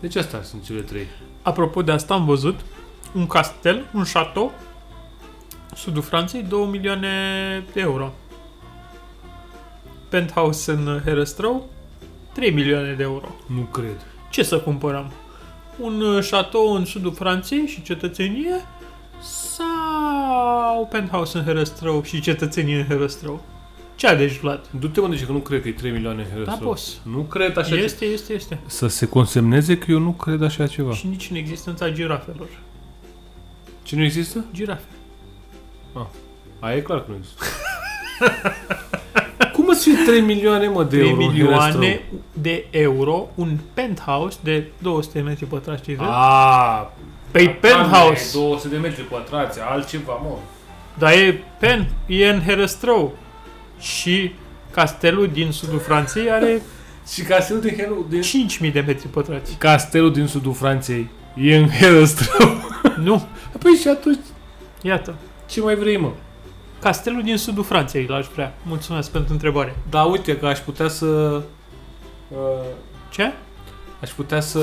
Speaker 4: Deci astea sunt cele trei.
Speaker 2: Apropo de asta, am văzut un castel, un șatou, sudul Franței, 2 milioane de euro. Penthouse în Herăstrău, 3 milioane de euro.
Speaker 4: Nu cred.
Speaker 2: Ce să cumpărăm? Un uh, șatou în sudul Franței și cetățenie? Sau penthouse în Herăstrău și cetățenie în Herăstrău? Ce alegi, Vlad?
Speaker 4: Du-te mă de ce că nu cred că e 3 milioane în
Speaker 2: Da,
Speaker 4: Herăstrău.
Speaker 2: boss.
Speaker 4: Nu cred așa ce...
Speaker 2: Este, este, este.
Speaker 4: Să se consemneze că eu nu cred așa ceva.
Speaker 2: Da. Și nici în existența girafelor.
Speaker 4: Ce nu există?
Speaker 2: Girafe.
Speaker 4: Aia e clar că nu există. Cum îți fi 3 milioane, mă, de
Speaker 2: 3
Speaker 4: euro în
Speaker 2: milioane
Speaker 4: Herăstrău?
Speaker 2: de euro, un penthouse de 200 metri pătrați, știi?
Speaker 4: A,
Speaker 2: Păi penthouse,
Speaker 4: 200 de metri pătrați, altceva, mă.
Speaker 2: dar e pen, e în Herăstrău. Și castelul din sudul Franței are
Speaker 4: Și castelul din, Helu- din...
Speaker 2: 5.000 de metri pătrați.
Speaker 4: Castelul din sudul Franței e în Herăstrău.
Speaker 2: Nu,
Speaker 4: Păi și atunci,
Speaker 2: iată.
Speaker 4: ce mai vrei, mă?
Speaker 2: Castelul din sudul Franței l-aș vrea. Mulțumesc pentru întrebare.
Speaker 4: Da, uite că aș putea să... Uh,
Speaker 2: Ce?
Speaker 4: aș putea să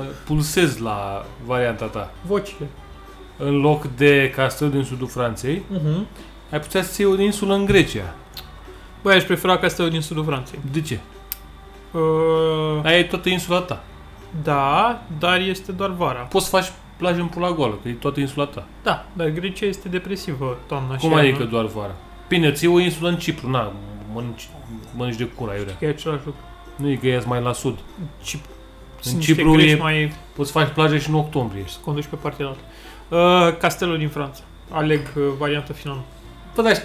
Speaker 4: uh, pulsez la varianta ta.
Speaker 2: Vocile.
Speaker 4: În loc de castel din sudul Franței,
Speaker 2: Uh-huh.
Speaker 4: ai putea să iei o insulă în Grecia.
Speaker 2: Băi, aș prefera castelul din sudul Franței.
Speaker 4: De ce?
Speaker 2: Uh,
Speaker 4: Aia e toată insula ta.
Speaker 2: da, dar este doar vara.
Speaker 4: Poți să faci plajă în pula goală, că e toată insula ta.
Speaker 2: Da, dar Grecia este depresivă toamna și
Speaker 4: Cum
Speaker 2: iarna.
Speaker 4: adică doar vara? Bine, ți o insulă în Cipru, na, mănânci, mănânci de cura, iurea.
Speaker 2: Că e același lucru.
Speaker 4: Nu e că ești mai la sud.
Speaker 2: Cip...
Speaker 4: În
Speaker 2: Sunt
Speaker 4: Cipru
Speaker 2: Cipru e...
Speaker 4: e-
Speaker 2: mai
Speaker 4: Poți face plajă și în octombrie.
Speaker 2: să conduci pe partea altă. Uh, castelul din Franța. Aleg uh, varianta finală.
Speaker 4: Bă, Păi, dar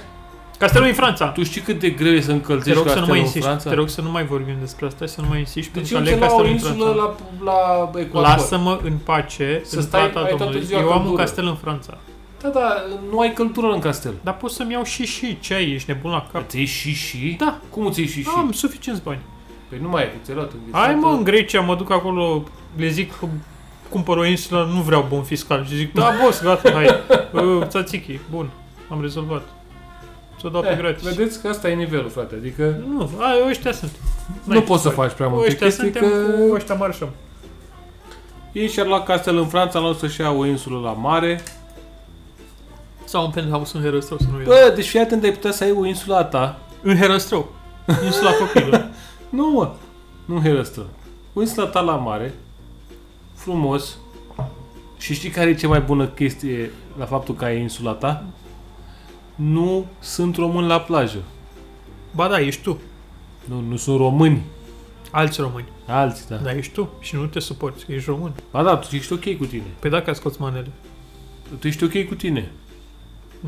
Speaker 2: Castelul din Franța!
Speaker 4: tu știi cât de greu e să
Speaker 2: Te
Speaker 4: încălzești
Speaker 2: rog să nu
Speaker 4: castelul
Speaker 2: mai
Speaker 4: în
Speaker 2: insisti,
Speaker 4: Franța?
Speaker 2: te rog să nu mai vorbim despre asta și să nu mai insisti
Speaker 4: Deci
Speaker 2: pentru că
Speaker 4: eu
Speaker 2: aleg
Speaker 4: te la o
Speaker 2: castelul din
Speaker 4: insulă
Speaker 2: Franța.
Speaker 4: la, la ecuator.
Speaker 2: Lasă-mă în pace,
Speaker 4: Să
Speaker 2: în
Speaker 4: stai-
Speaker 2: plata
Speaker 4: ai toată
Speaker 2: Domnului.
Speaker 4: ziua
Speaker 2: Eu am un
Speaker 4: căldură.
Speaker 2: castel în Franța.
Speaker 4: Da, da, nu ai căldură în castel.
Speaker 2: Dar pot să-mi iau și și ce ai, ești nebun la cap.
Speaker 4: Îți iei și și?
Speaker 2: Da.
Speaker 4: Cum îți iei și Exact. și?
Speaker 2: Am suficienți bani.
Speaker 4: Păi nu mai e, ți-ai luat în
Speaker 2: Hai mă, în Grecia, mă duc acolo, le zic că cumpăr o insulă, nu vreau bun fiscal. Și zic, da, boss, gata, hai. Uh, Tzatziki, bun, am rezolvat. Să dau pe
Speaker 4: Eh,
Speaker 2: gratis.
Speaker 4: Vedeți că asta e nivelul, frate. Adică
Speaker 2: Nu, a, ăștia sunt. N-ai
Speaker 4: nu
Speaker 2: ce
Speaker 4: poți să faci prea multe
Speaker 2: Ăștia
Speaker 4: chestii
Speaker 2: suntem
Speaker 4: că
Speaker 2: cu ăștia marșăm.
Speaker 4: ei și-ar lua castel în Franța, l-au să-și ia o insulă la mare.
Speaker 2: Sau un penthouse în Herăstrău, să nu uităm.
Speaker 4: Bă, deci fii atent, ai putea să ai o insulă a ta.
Speaker 2: În Herăstrău. Insula copilului.
Speaker 4: Nu, mă. Nu herăstă. O insulă a ta la mare. Frumos. Și știi care e cea mai bună chestie la faptul că ai insula ta? Nu sunt români la plajă.
Speaker 2: Ba da, ești tu.
Speaker 4: Nu, nu sunt români.
Speaker 2: Alți români.
Speaker 4: Alții, da.
Speaker 2: Dar ești tu și nu te suporți, că ești român.
Speaker 4: Ba da, tu ești ok cu tine.
Speaker 2: Pe dacă scoți manele.
Speaker 4: Tu ești ok cu tine.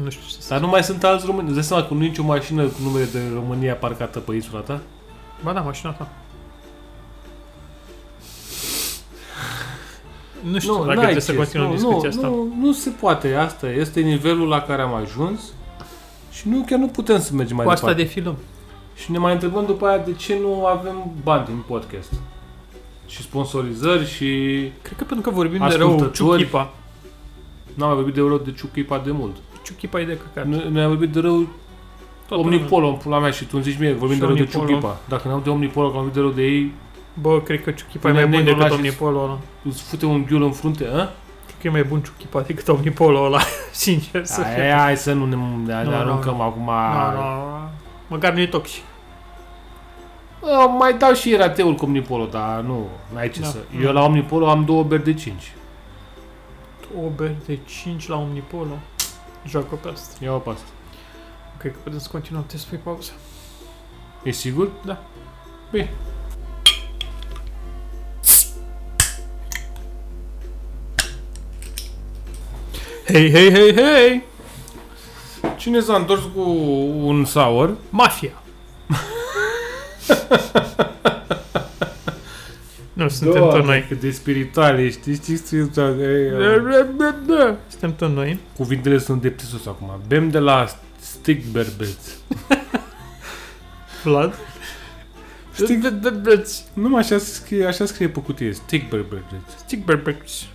Speaker 2: Nu știu ce să
Speaker 4: Dar nu mai sunt alți români. Îți dai seama că nu e nicio mașină cu numele de România parcată pe insula ta?
Speaker 2: Ba da, mașina ta. Nu știu dacă
Speaker 4: n-ai
Speaker 2: trebuie să
Speaker 4: ce.
Speaker 2: continuăm discuția
Speaker 4: nu,
Speaker 2: asta.
Speaker 4: Nu, nu se poate. Asta e. este nivelul la care am ajuns. Și nu, chiar nu putem să mergem mai
Speaker 2: Cu
Speaker 4: departe.
Speaker 2: asta defilăm.
Speaker 4: Și ne mai întrebăm după aia de ce nu avem bani din podcast. Și sponsorizări și...
Speaker 2: Cred că pentru că vorbim de rău
Speaker 4: Ascultători.
Speaker 2: Ciuchipa.
Speaker 4: N-am mai vorbit de rău de Ciuchipa de mult.
Speaker 2: Ciuchipa e de căcat.
Speaker 4: Ne- Ne-am vorbit de rău
Speaker 2: Toată
Speaker 4: Omnipolo, în pula mea, și tu îmi zici mie, vorbim
Speaker 2: Și
Speaker 4: de rău de
Speaker 2: Omnipolo.
Speaker 4: Ciuchipa. Dacă n-am de Omnipolo, că am vorbit de rău de ei,
Speaker 2: lumea. Bă, cred că Ciuchipa e mai
Speaker 4: Păi Ne-
Speaker 2: bun
Speaker 4: ne-
Speaker 2: decât
Speaker 4: lași-
Speaker 2: Omnipolo ăla.
Speaker 4: îți fute un ghiul în frunte, a?
Speaker 2: Cred că e mai bun Ciuchipa decât Omnipolo ăla. Sincer să
Speaker 4: Hai,
Speaker 2: fiu.
Speaker 4: hai să nu ne, ne,
Speaker 2: Nu, nu,
Speaker 4: ne aruncăm acum.
Speaker 2: Nu, nu, nu. Măcar nu e toxic.
Speaker 4: Eu Mai dau și rateul cu Omnipolo, dar nu, n-ai ce
Speaker 2: Da.
Speaker 4: să...
Speaker 2: Mm.
Speaker 4: Eu la Omnipolo am două beri de 5.
Speaker 2: O beri de 5 la Omnipolo. Joacă pe asta.
Speaker 4: Ia-o pe asta.
Speaker 2: Cred că putem să continuăm. Trebuie să fie pauză.
Speaker 4: E sigur?
Speaker 2: Da.
Speaker 4: Bine.
Speaker 2: Hei, hei, hei, hei!
Speaker 4: Cine s-a întors cu un sour?
Speaker 2: Mafia! nu, suntem tot noi. Da,
Speaker 4: Cât de spirituale, știi? Știi, știi,
Speaker 2: Suntem tot noi.
Speaker 4: Cuvintele sunt de ptisos acum. Bem de la stick berbeți.
Speaker 2: Vlad. Da,
Speaker 4: Știi-
Speaker 2: Stick
Speaker 4: Nu, așa scrie, așa scrie pe cutie. Stick berbeți.
Speaker 2: Berbex.
Speaker 4: Și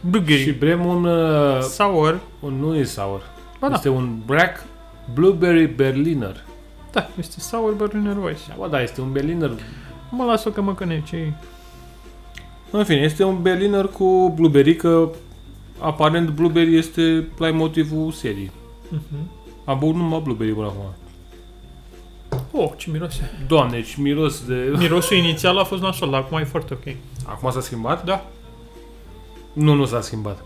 Speaker 2: Blueberry.
Speaker 4: brem un, uh,
Speaker 2: Sour.
Speaker 4: un... Nu e sour.
Speaker 2: Ba da.
Speaker 4: Este un brack blueberry berliner.
Speaker 2: Da, este sour Berliner Weiss.
Speaker 4: Ba da, este un berliner.
Speaker 2: Mă las-o că mă căne ce
Speaker 4: În fine, este un berliner cu blueberry, că aparent blueberry este play motivul serii.
Speaker 2: uh-huh.
Speaker 4: Am băut numai blueberry până acum.
Speaker 2: Oh, ce miroase.
Speaker 4: Doamne, ce miros de...
Speaker 2: Mirosul inițial a fost nasol, dar acum e foarte ok.
Speaker 4: Acum s-a schimbat?
Speaker 2: Da.
Speaker 4: Nu, nu s-a schimbat.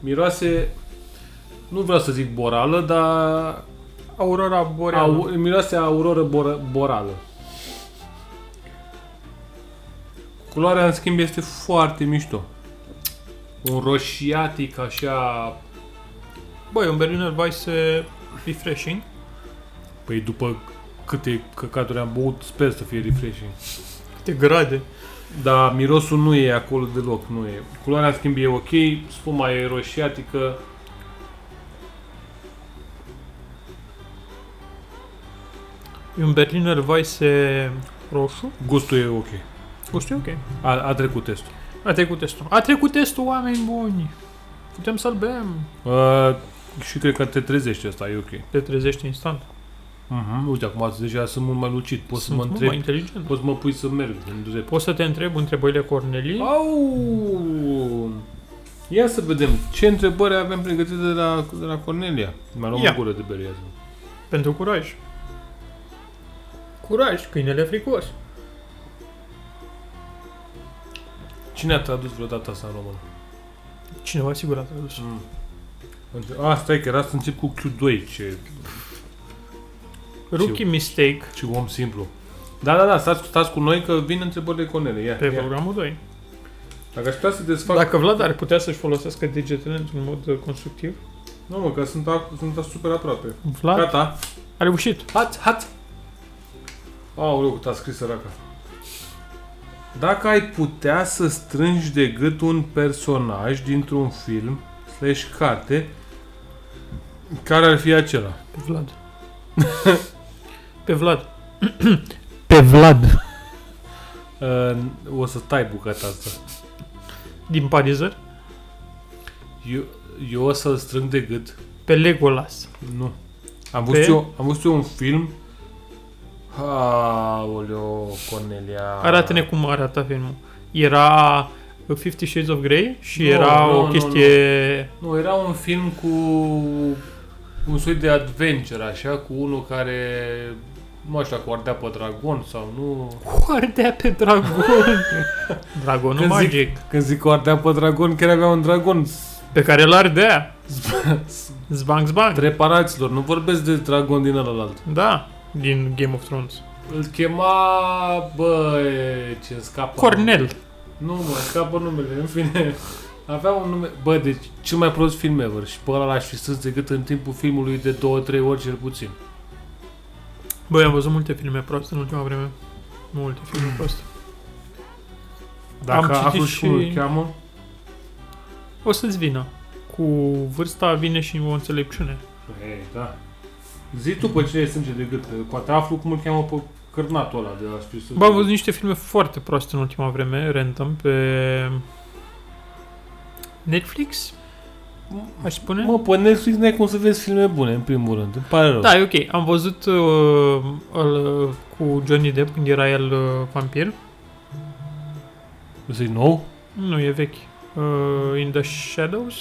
Speaker 4: Miroase, nu vreau să zic borală, dar
Speaker 2: Aurora Boreală.
Speaker 4: au, miroase a auroră bora, borală. Culoarea, în schimb, este foarte mișto. Un roșiatic, așa...
Speaker 2: Băi, un Berliner Weiss e refreshing.
Speaker 4: Păi după câte căcaturi am băut, sper să fie refreshing.
Speaker 2: Câte grade.
Speaker 4: Dar mirosul nu e acolo deloc, nu e. Culoarea, în schimb, e ok, spuma e roșiatică.
Speaker 2: E un Berliner Weiss e roșu.
Speaker 4: Gustul e ok.
Speaker 2: Gustul e ok.
Speaker 4: A, a trecut testul.
Speaker 2: A trecut testul. A trecut testul, oameni buni. Putem să-l bem.
Speaker 4: Uh, și cred că te trezești asta, e ok.
Speaker 2: Te trezești instant.
Speaker 4: Uh-huh. Uite, acum deja sunt mult mai lucid,
Speaker 2: Mhm. Sunt
Speaker 4: poți să mă
Speaker 2: mult
Speaker 4: întreb,
Speaker 2: mai inteligent.
Speaker 4: poți să mă pui să merg în drept.
Speaker 2: Poți să te întreb întrebările Cornelie.
Speaker 4: Au! Ia să vedem, ce întrebări avem pregătite de la, de la Cornelia? Mi-a luat
Speaker 2: Ia.
Speaker 4: o gură de bere azi.
Speaker 2: Pentru curaj. Curaj, câinele fricos.
Speaker 4: Cine a tradus vreodată asta în română?
Speaker 2: Cineva sigur a tradus.
Speaker 4: Mm. Între- A, stai că era să încep cu Q2, ce...
Speaker 2: Rookie mistake
Speaker 4: Și om simplu. Da, da, da, stați, stați cu noi că vin întrebările cu Nele. Ia,
Speaker 2: pe
Speaker 4: ia.
Speaker 2: programul 2.
Speaker 4: Dacă aș putea să desfac...
Speaker 2: Dacă Vlad ar putea să-și folosească degetele într-un mod uh, constructiv,
Speaker 4: Nu, mă, că sunt, ac- sunt super aproape.
Speaker 2: Vlad
Speaker 4: Gata.
Speaker 2: a reușit.
Speaker 4: Hați, hați! Aoleu, cât a scris săraca. Dacă ai putea să strângi de gât un personaj dintr-un film slash carte, care ar fi acela?
Speaker 2: Pe Vlad. pe Vlad.
Speaker 5: Pe Vlad.
Speaker 4: Uh, o să tai bucata asta.
Speaker 2: Din Parizer.
Speaker 4: Eu, eu o să-l strâng de gât.
Speaker 2: Pe Legolas.
Speaker 4: Nu. Am văzut,
Speaker 2: Pe?
Speaker 4: eu, am văzut eu un film Aoleo, Cornelia...
Speaker 2: Arată-ne cum arată filmul. Era 50 Shades of Grey și
Speaker 4: Nu,
Speaker 2: era
Speaker 4: nu,
Speaker 2: o
Speaker 4: nu,
Speaker 2: chestie...
Speaker 4: Nu, era un film cu un soi de adventure, așa, cu unul care, nu știu dacă o ardea pe dragon sau nu...
Speaker 2: Oardea pe dragon. Dragonul magic.
Speaker 4: zic, când zic o ardea pe dragon, chiar avea un dragon s-
Speaker 2: Pe care l ardea. Zbang, zbang.
Speaker 4: treparaților, nu vorbesc de dragon din ălălalt.
Speaker 2: Da, din Game of Thrones.
Speaker 4: Îl chema, bă, ce scapă...
Speaker 2: Cornel.
Speaker 4: Nu, mă, scapă numele, în fine. Avea un nume... Bă, deci cel mai prost film ever și pe ăla l-aș fi strâns de gât în timpul filmului de două, trei ori cel puțin.
Speaker 2: Băi, am văzut multe filme proaste în ultima vreme. Multe filme proaste.
Speaker 4: Hmm. Dacă
Speaker 2: citit
Speaker 4: aflu
Speaker 2: și-
Speaker 4: și cum îl cheamă...
Speaker 2: O să-ți vină. Cu vârsta vine și o înțelepciune.
Speaker 4: Ei, da. Zi tu pe cine e sânge de gât, că poate aflu cum îl cheamă pe cârnatul ăla de la știu
Speaker 2: Bă, am văzut niște filme foarte proaste în ultima vreme, random, pe Netflix, aș spune.
Speaker 4: Hmm. Mă, pe Netflix n-ai cum să vezi filme bune, în primul rând. Îmi pare rău.
Speaker 2: Da, e ok. Am văzut uh, al, cu Johnny Depp când era el uh, vampir.
Speaker 4: Să-i nou?
Speaker 2: Nu, e vechi. Uh, In the Shadows?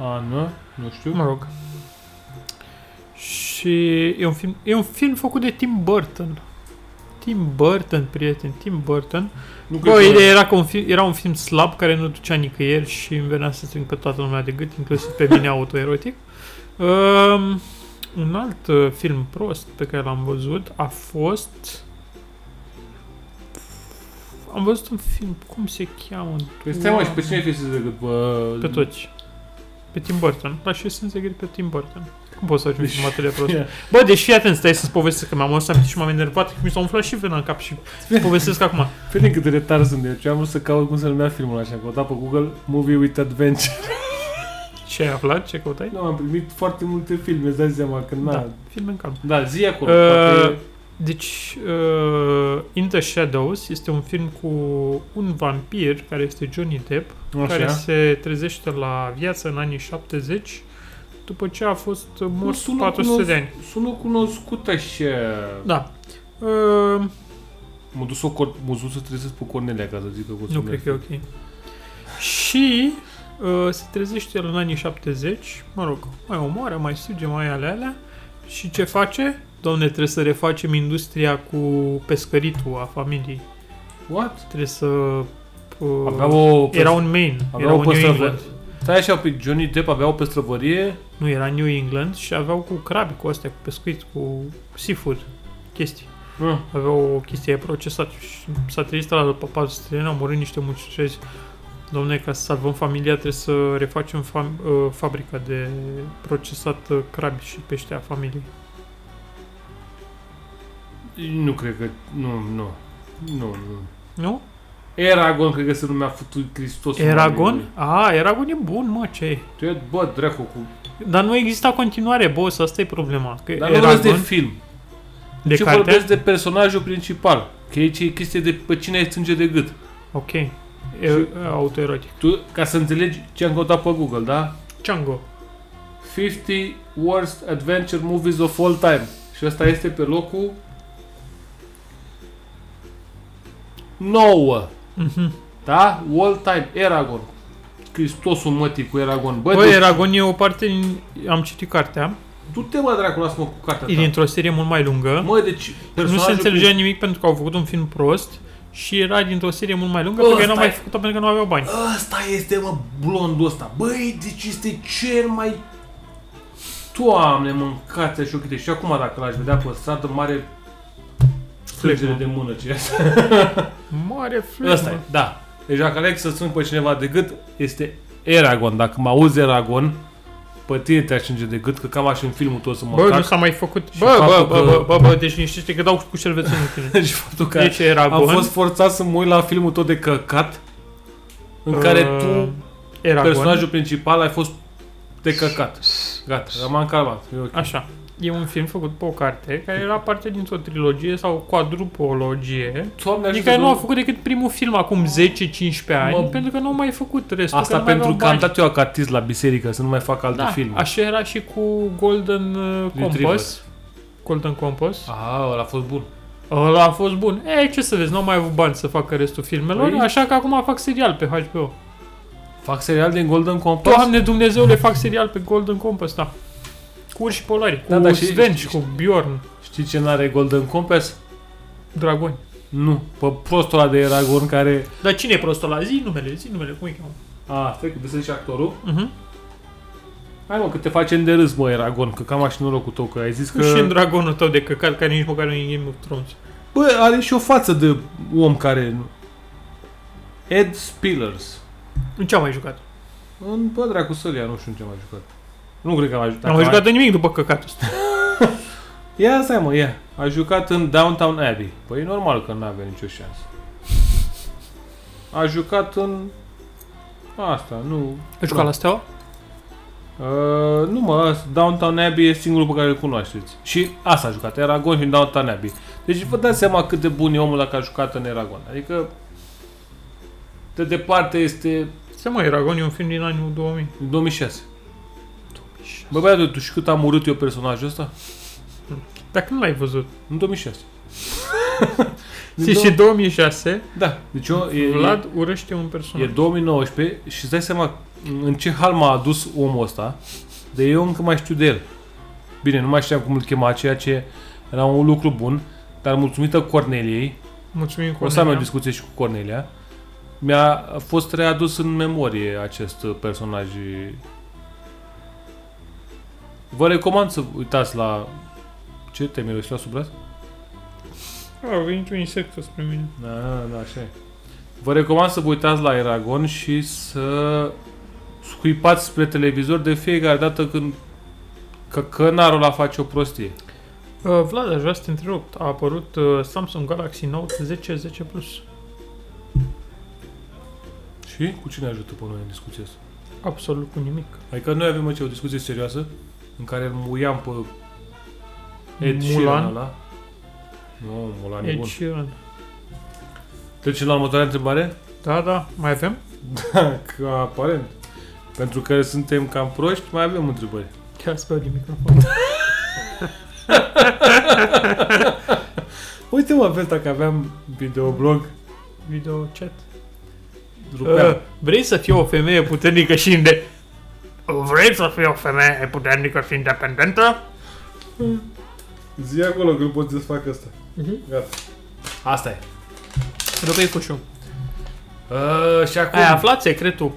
Speaker 4: A, nu? Nu știu.
Speaker 2: Mă rog. Și e un film, e un film făcut de Tim Burton. Tim Burton, prieten, Tim Burton.
Speaker 4: Nu cred
Speaker 2: Bă,
Speaker 4: că-
Speaker 2: ideea era că un film, era un film slab care nu ducea nicăieri și îmi venea să strâng pe toată lumea de gât, inclusiv pe mine autoerotic. Um, un alt uh, film prost pe care l-am văzut a fost... Am văzut un film, cum se cheamă?
Speaker 4: Păi stai mă, și pe cine ai fi să de gât? Bă...
Speaker 2: Pe toți. Pe Tim Burton. La și sunt secret pe Tim Burton. Cum poți să ajungi în materie prost? Bă, deci fii atent, stai să-ți povestesc că mi-am adus aminte și m-am enervat mi s-a umflat și vena în cap și povestesc acum.
Speaker 4: Fede cât de retard sunt eu. Eu am vrut să caut cum se numea filmul așa. Am căutat pe Google Movie with Adventure.
Speaker 2: Ce ai aflat? Ce căutai?
Speaker 4: Nu, am primit foarte multe filme, îți dai seama că n-a... Da,
Speaker 2: Da, filme în calm.
Speaker 4: da zi acolo.
Speaker 2: Uh,
Speaker 4: poate-
Speaker 2: Deci, uh, In the Shadows este un film cu un vampir, care este Johnny Depp,
Speaker 4: Așa.
Speaker 2: care se trezește la viață în anii 70, după ce a fost
Speaker 4: Nu,
Speaker 2: mort
Speaker 4: sună
Speaker 2: 400 de
Speaker 4: cunos-
Speaker 2: ani.
Speaker 4: Sună cunoscut așa.
Speaker 2: Da. Uh,
Speaker 4: M-a dus, o cor- m-a dus să trezesc pe Cornelia ca să zică că o să
Speaker 2: nu
Speaker 4: merg.
Speaker 2: cred că e ok. Și uh, se trezește el în anii 70, mă rog, mai omoară, mai suge, mai alea, alea. Și ce face? Doamne, trebuie să refacem industria cu pescăritul a familiei.
Speaker 4: What?
Speaker 2: Trebuie să... Uh,
Speaker 4: Avea o... păs-
Speaker 2: Era un Maine,
Speaker 4: avea
Speaker 2: era
Speaker 4: o
Speaker 2: un New
Speaker 4: păstrăvă-
Speaker 2: England.
Speaker 4: Stai așa, pe Johnny Depp avea o pestrăvărie.
Speaker 2: Nu, era New England și aveau cu crabi, cu astea, cu pescuit, cu seafood, chestii.
Speaker 4: Mm.
Speaker 2: Aveau o chestie procesată și s-a trezit la după 400 de ani, au murit niște muncitorii. Domne, ca să salvăm familia trebuie să refacem fam- uh, fabrica de procesat uh, crabi și pește a familiei.
Speaker 4: Nu cred că... Nu, nu. Nu, nu.
Speaker 2: Nu?
Speaker 4: Eragon, cred că se numea Futul Hristos.
Speaker 2: Eragon? A, Eragon e bun, mă, ce e.
Speaker 4: Tu e, bă, dracu, cu...
Speaker 2: Dar nu exista continuare, boss, asta e problema. Că
Speaker 4: Dar nu vorbesc de
Speaker 2: Eragon,
Speaker 4: film.
Speaker 2: de,
Speaker 4: ce
Speaker 2: carte?
Speaker 4: vorbesc de personajul principal. Că aici e chestie de pe cine ai sânge de gât.
Speaker 2: Ok. E, autoerotic.
Speaker 4: Tu, ca să înțelegi ce am căutat pe Google, da?
Speaker 2: Django.
Speaker 4: 50 worst adventure movies of all time. Și ăsta este pe locul 9.
Speaker 2: Mhm.
Speaker 4: Da? All time. Eragon. Cristosul mătii cu Eragon. Bă,
Speaker 2: Bă,
Speaker 4: deci,
Speaker 2: Eragon e o parte din... Am citit cartea.
Speaker 4: tu te mă dracu, lasă-mă cu cartea
Speaker 2: E
Speaker 4: ta.
Speaker 2: dintr-o serie mult mai lungă.
Speaker 4: Mă, deci
Speaker 2: Nu se
Speaker 4: personajul
Speaker 2: înțelegea nimic pentru că au făcut un film prost și era dintr-o serie mult mai lungă
Speaker 4: Bă,
Speaker 2: pe care n-au
Speaker 4: stai.
Speaker 2: mai făcut-o pentru că nu aveau bani.
Speaker 4: Ăsta este, mă, blondul ăsta. Băi, deci este cel mai Doamne, mâncați și ochite. Și acum dacă l-aș vedea pe stradă, mare flângere de mână ce asta.
Speaker 2: Mare flec.
Speaker 4: Ăsta e, da. Deci dacă aleg să sun pe cineva de gât, este Eragon. Dacă mă auzi Eragon, pe tine te atinge de gât, că cam așa în filmul tău să mă
Speaker 2: Bă, nu
Speaker 4: atac.
Speaker 2: s-a mai făcut.
Speaker 4: Și
Speaker 2: Bă, bă,
Speaker 4: faptul
Speaker 2: bă,
Speaker 4: că-
Speaker 2: bă, bă, bă, deci niște că dau cu șervețel în tine.
Speaker 4: și faptul că
Speaker 2: Deci era
Speaker 4: am
Speaker 2: Gon.
Speaker 4: fost forțat să mă uit la filmul tău de căcat, în care
Speaker 2: Uh,
Speaker 4: tu,
Speaker 2: Ă, era
Speaker 4: personajul principal, ai fost de căcat. Gata, am calmat. E ok.
Speaker 2: Așa. E un film făcut pe o carte care era parte dintr-o trilogie sau quadrupologie.
Speaker 4: Doamne
Speaker 2: Din
Speaker 4: ajută,
Speaker 2: care nu a
Speaker 4: Doamne.
Speaker 2: făcut decât primul film acum 10-15 ani,
Speaker 4: Mă-
Speaker 2: pentru că nu au mai făcut restul.
Speaker 4: Asta
Speaker 2: că nu mai
Speaker 4: pentru că
Speaker 2: aveau
Speaker 4: am
Speaker 2: bani.
Speaker 4: dat eu acatiz la biserică, să nu mai fac alte
Speaker 2: da,
Speaker 4: filme.
Speaker 2: Așa era și cu Golden uh,
Speaker 4: Retriever.
Speaker 2: Compass. Golden Compass.
Speaker 4: A, Ah, ăla a fost bun.
Speaker 2: Ăla a fost bun. E, ce să vezi, n-au mai avut bani să facă restul filmelor,
Speaker 4: Păi-
Speaker 2: așa că acum fac serial pe HBO.
Speaker 4: Fac serial din Golden Compass?
Speaker 2: Doamne Dumnezeu, le fac serial pe Golden Compass, da. Cu urși polari, cu
Speaker 4: Da,
Speaker 2: da,
Speaker 4: da,
Speaker 2: da,
Speaker 4: și-
Speaker 2: Sven și cu Bjorn,
Speaker 4: Știi ce n-are Golden Compass?
Speaker 2: dragoni.
Speaker 4: Nu, pe prostul ăla de Eragon care...
Speaker 2: Dar cine e prostul ăla? Zi numele, zi numele, cum îi cheamă?
Speaker 4: A, stai că trebuie să zici actorul.
Speaker 2: Uh-huh.
Speaker 4: Hai mă, că te facem de râs, mă, Eragon, că cam așa și norocul tău, că ai zis
Speaker 2: Că... Și în
Speaker 4: că...
Speaker 2: dragonul tău de căcat, care nici măcar nu e în Game of Thrones.
Speaker 4: Bă, are și o față de om care... Ed Spillers.
Speaker 2: În ce am mai jucat?
Speaker 4: În bă, dracu sălia, nu știu în ce m-a jucat. Nu cred că m-a jucat.
Speaker 2: N-am mai jucat de nimic după căcatul ăsta.
Speaker 4: Ia stai mă, ia. A jucat în Downtown Abbey. Păi e normal că nu avea nicio șansă. A jucat în... Asta, nu...
Speaker 2: Ai jucat la Steaua?
Speaker 4: Uh, nu mă, Downtown Abbey e singurul pe care îl cunoașteți. Și asta a jucat, Eragon și în Downtown Abbey. Deci vă dați seama cât de bun e omul dacă a jucat în Eragon. Adică, de departe este
Speaker 2: Se mă, Eragon e un film din anul 2000.
Speaker 4: 2006. Bă, băiatul, tu știi cât am urât eu personajul ăsta?
Speaker 2: Dacă nu l-ai văzut.
Speaker 4: În 2006. Din
Speaker 2: Și și 2006,
Speaker 4: Da, deci eu, e,
Speaker 2: Vlad urăște un
Speaker 4: E
Speaker 2: personaj.
Speaker 4: 2019 și îți dai seama în ce hal m-a adus omul ăsta, de eu încă mai știu de el. Bine, nu mai știam cum îl chema, ceea ce era un lucru bun, dar mulțumită Corneliei,
Speaker 2: Mulțumim cu
Speaker 4: o să am o discuție și cu Cornelia, mi-a fost readus în memorie acest uh, personaj. Vă recomand să uitați la... Ce te mirosi la sub braț?
Speaker 2: A venit un insect spre mine.
Speaker 4: Da, da, da, așa e. Vă recomand să vă uitați la Eragon și să scuipați spre televizor de fiecare dată când căcănarul la face o prostie.
Speaker 2: Uh, Vlad, aș vrea să te întrerup. A apărut uh, Samsung Galaxy Note 10 10 Plus.
Speaker 4: Și cu cine ajută pe noi în discuția asta?
Speaker 2: Absolut cu nimic.
Speaker 4: Adică noi avem aici o discuție serioasă în care îl muiam pe Ed
Speaker 2: Mulan.
Speaker 4: Sheeran ăla. Nu, Mulan Da, e
Speaker 2: Ed
Speaker 4: bun.
Speaker 2: Sheeran.
Speaker 4: Trecem la următoarea întrebare?
Speaker 2: Da, da, mai avem?
Speaker 4: Că aparent. Pentru că suntem cam proști, mai avem întrebări.
Speaker 2: Chiar spăl din microfon.
Speaker 4: Uite mă, vezi dacă aveam videoblog,
Speaker 2: Video chat.
Speaker 4: rupeam.
Speaker 2: Uh, vrei să fii o femeie puternică și inde... Vrei să fii o femeie puternică și independentă?
Speaker 4: Zi acolo că nu poți să fac asta.
Speaker 2: Mhm.
Speaker 4: Gata. Asta e.
Speaker 2: Răbăi cușu.
Speaker 4: Uh, și acum,
Speaker 2: Ai aflat secretul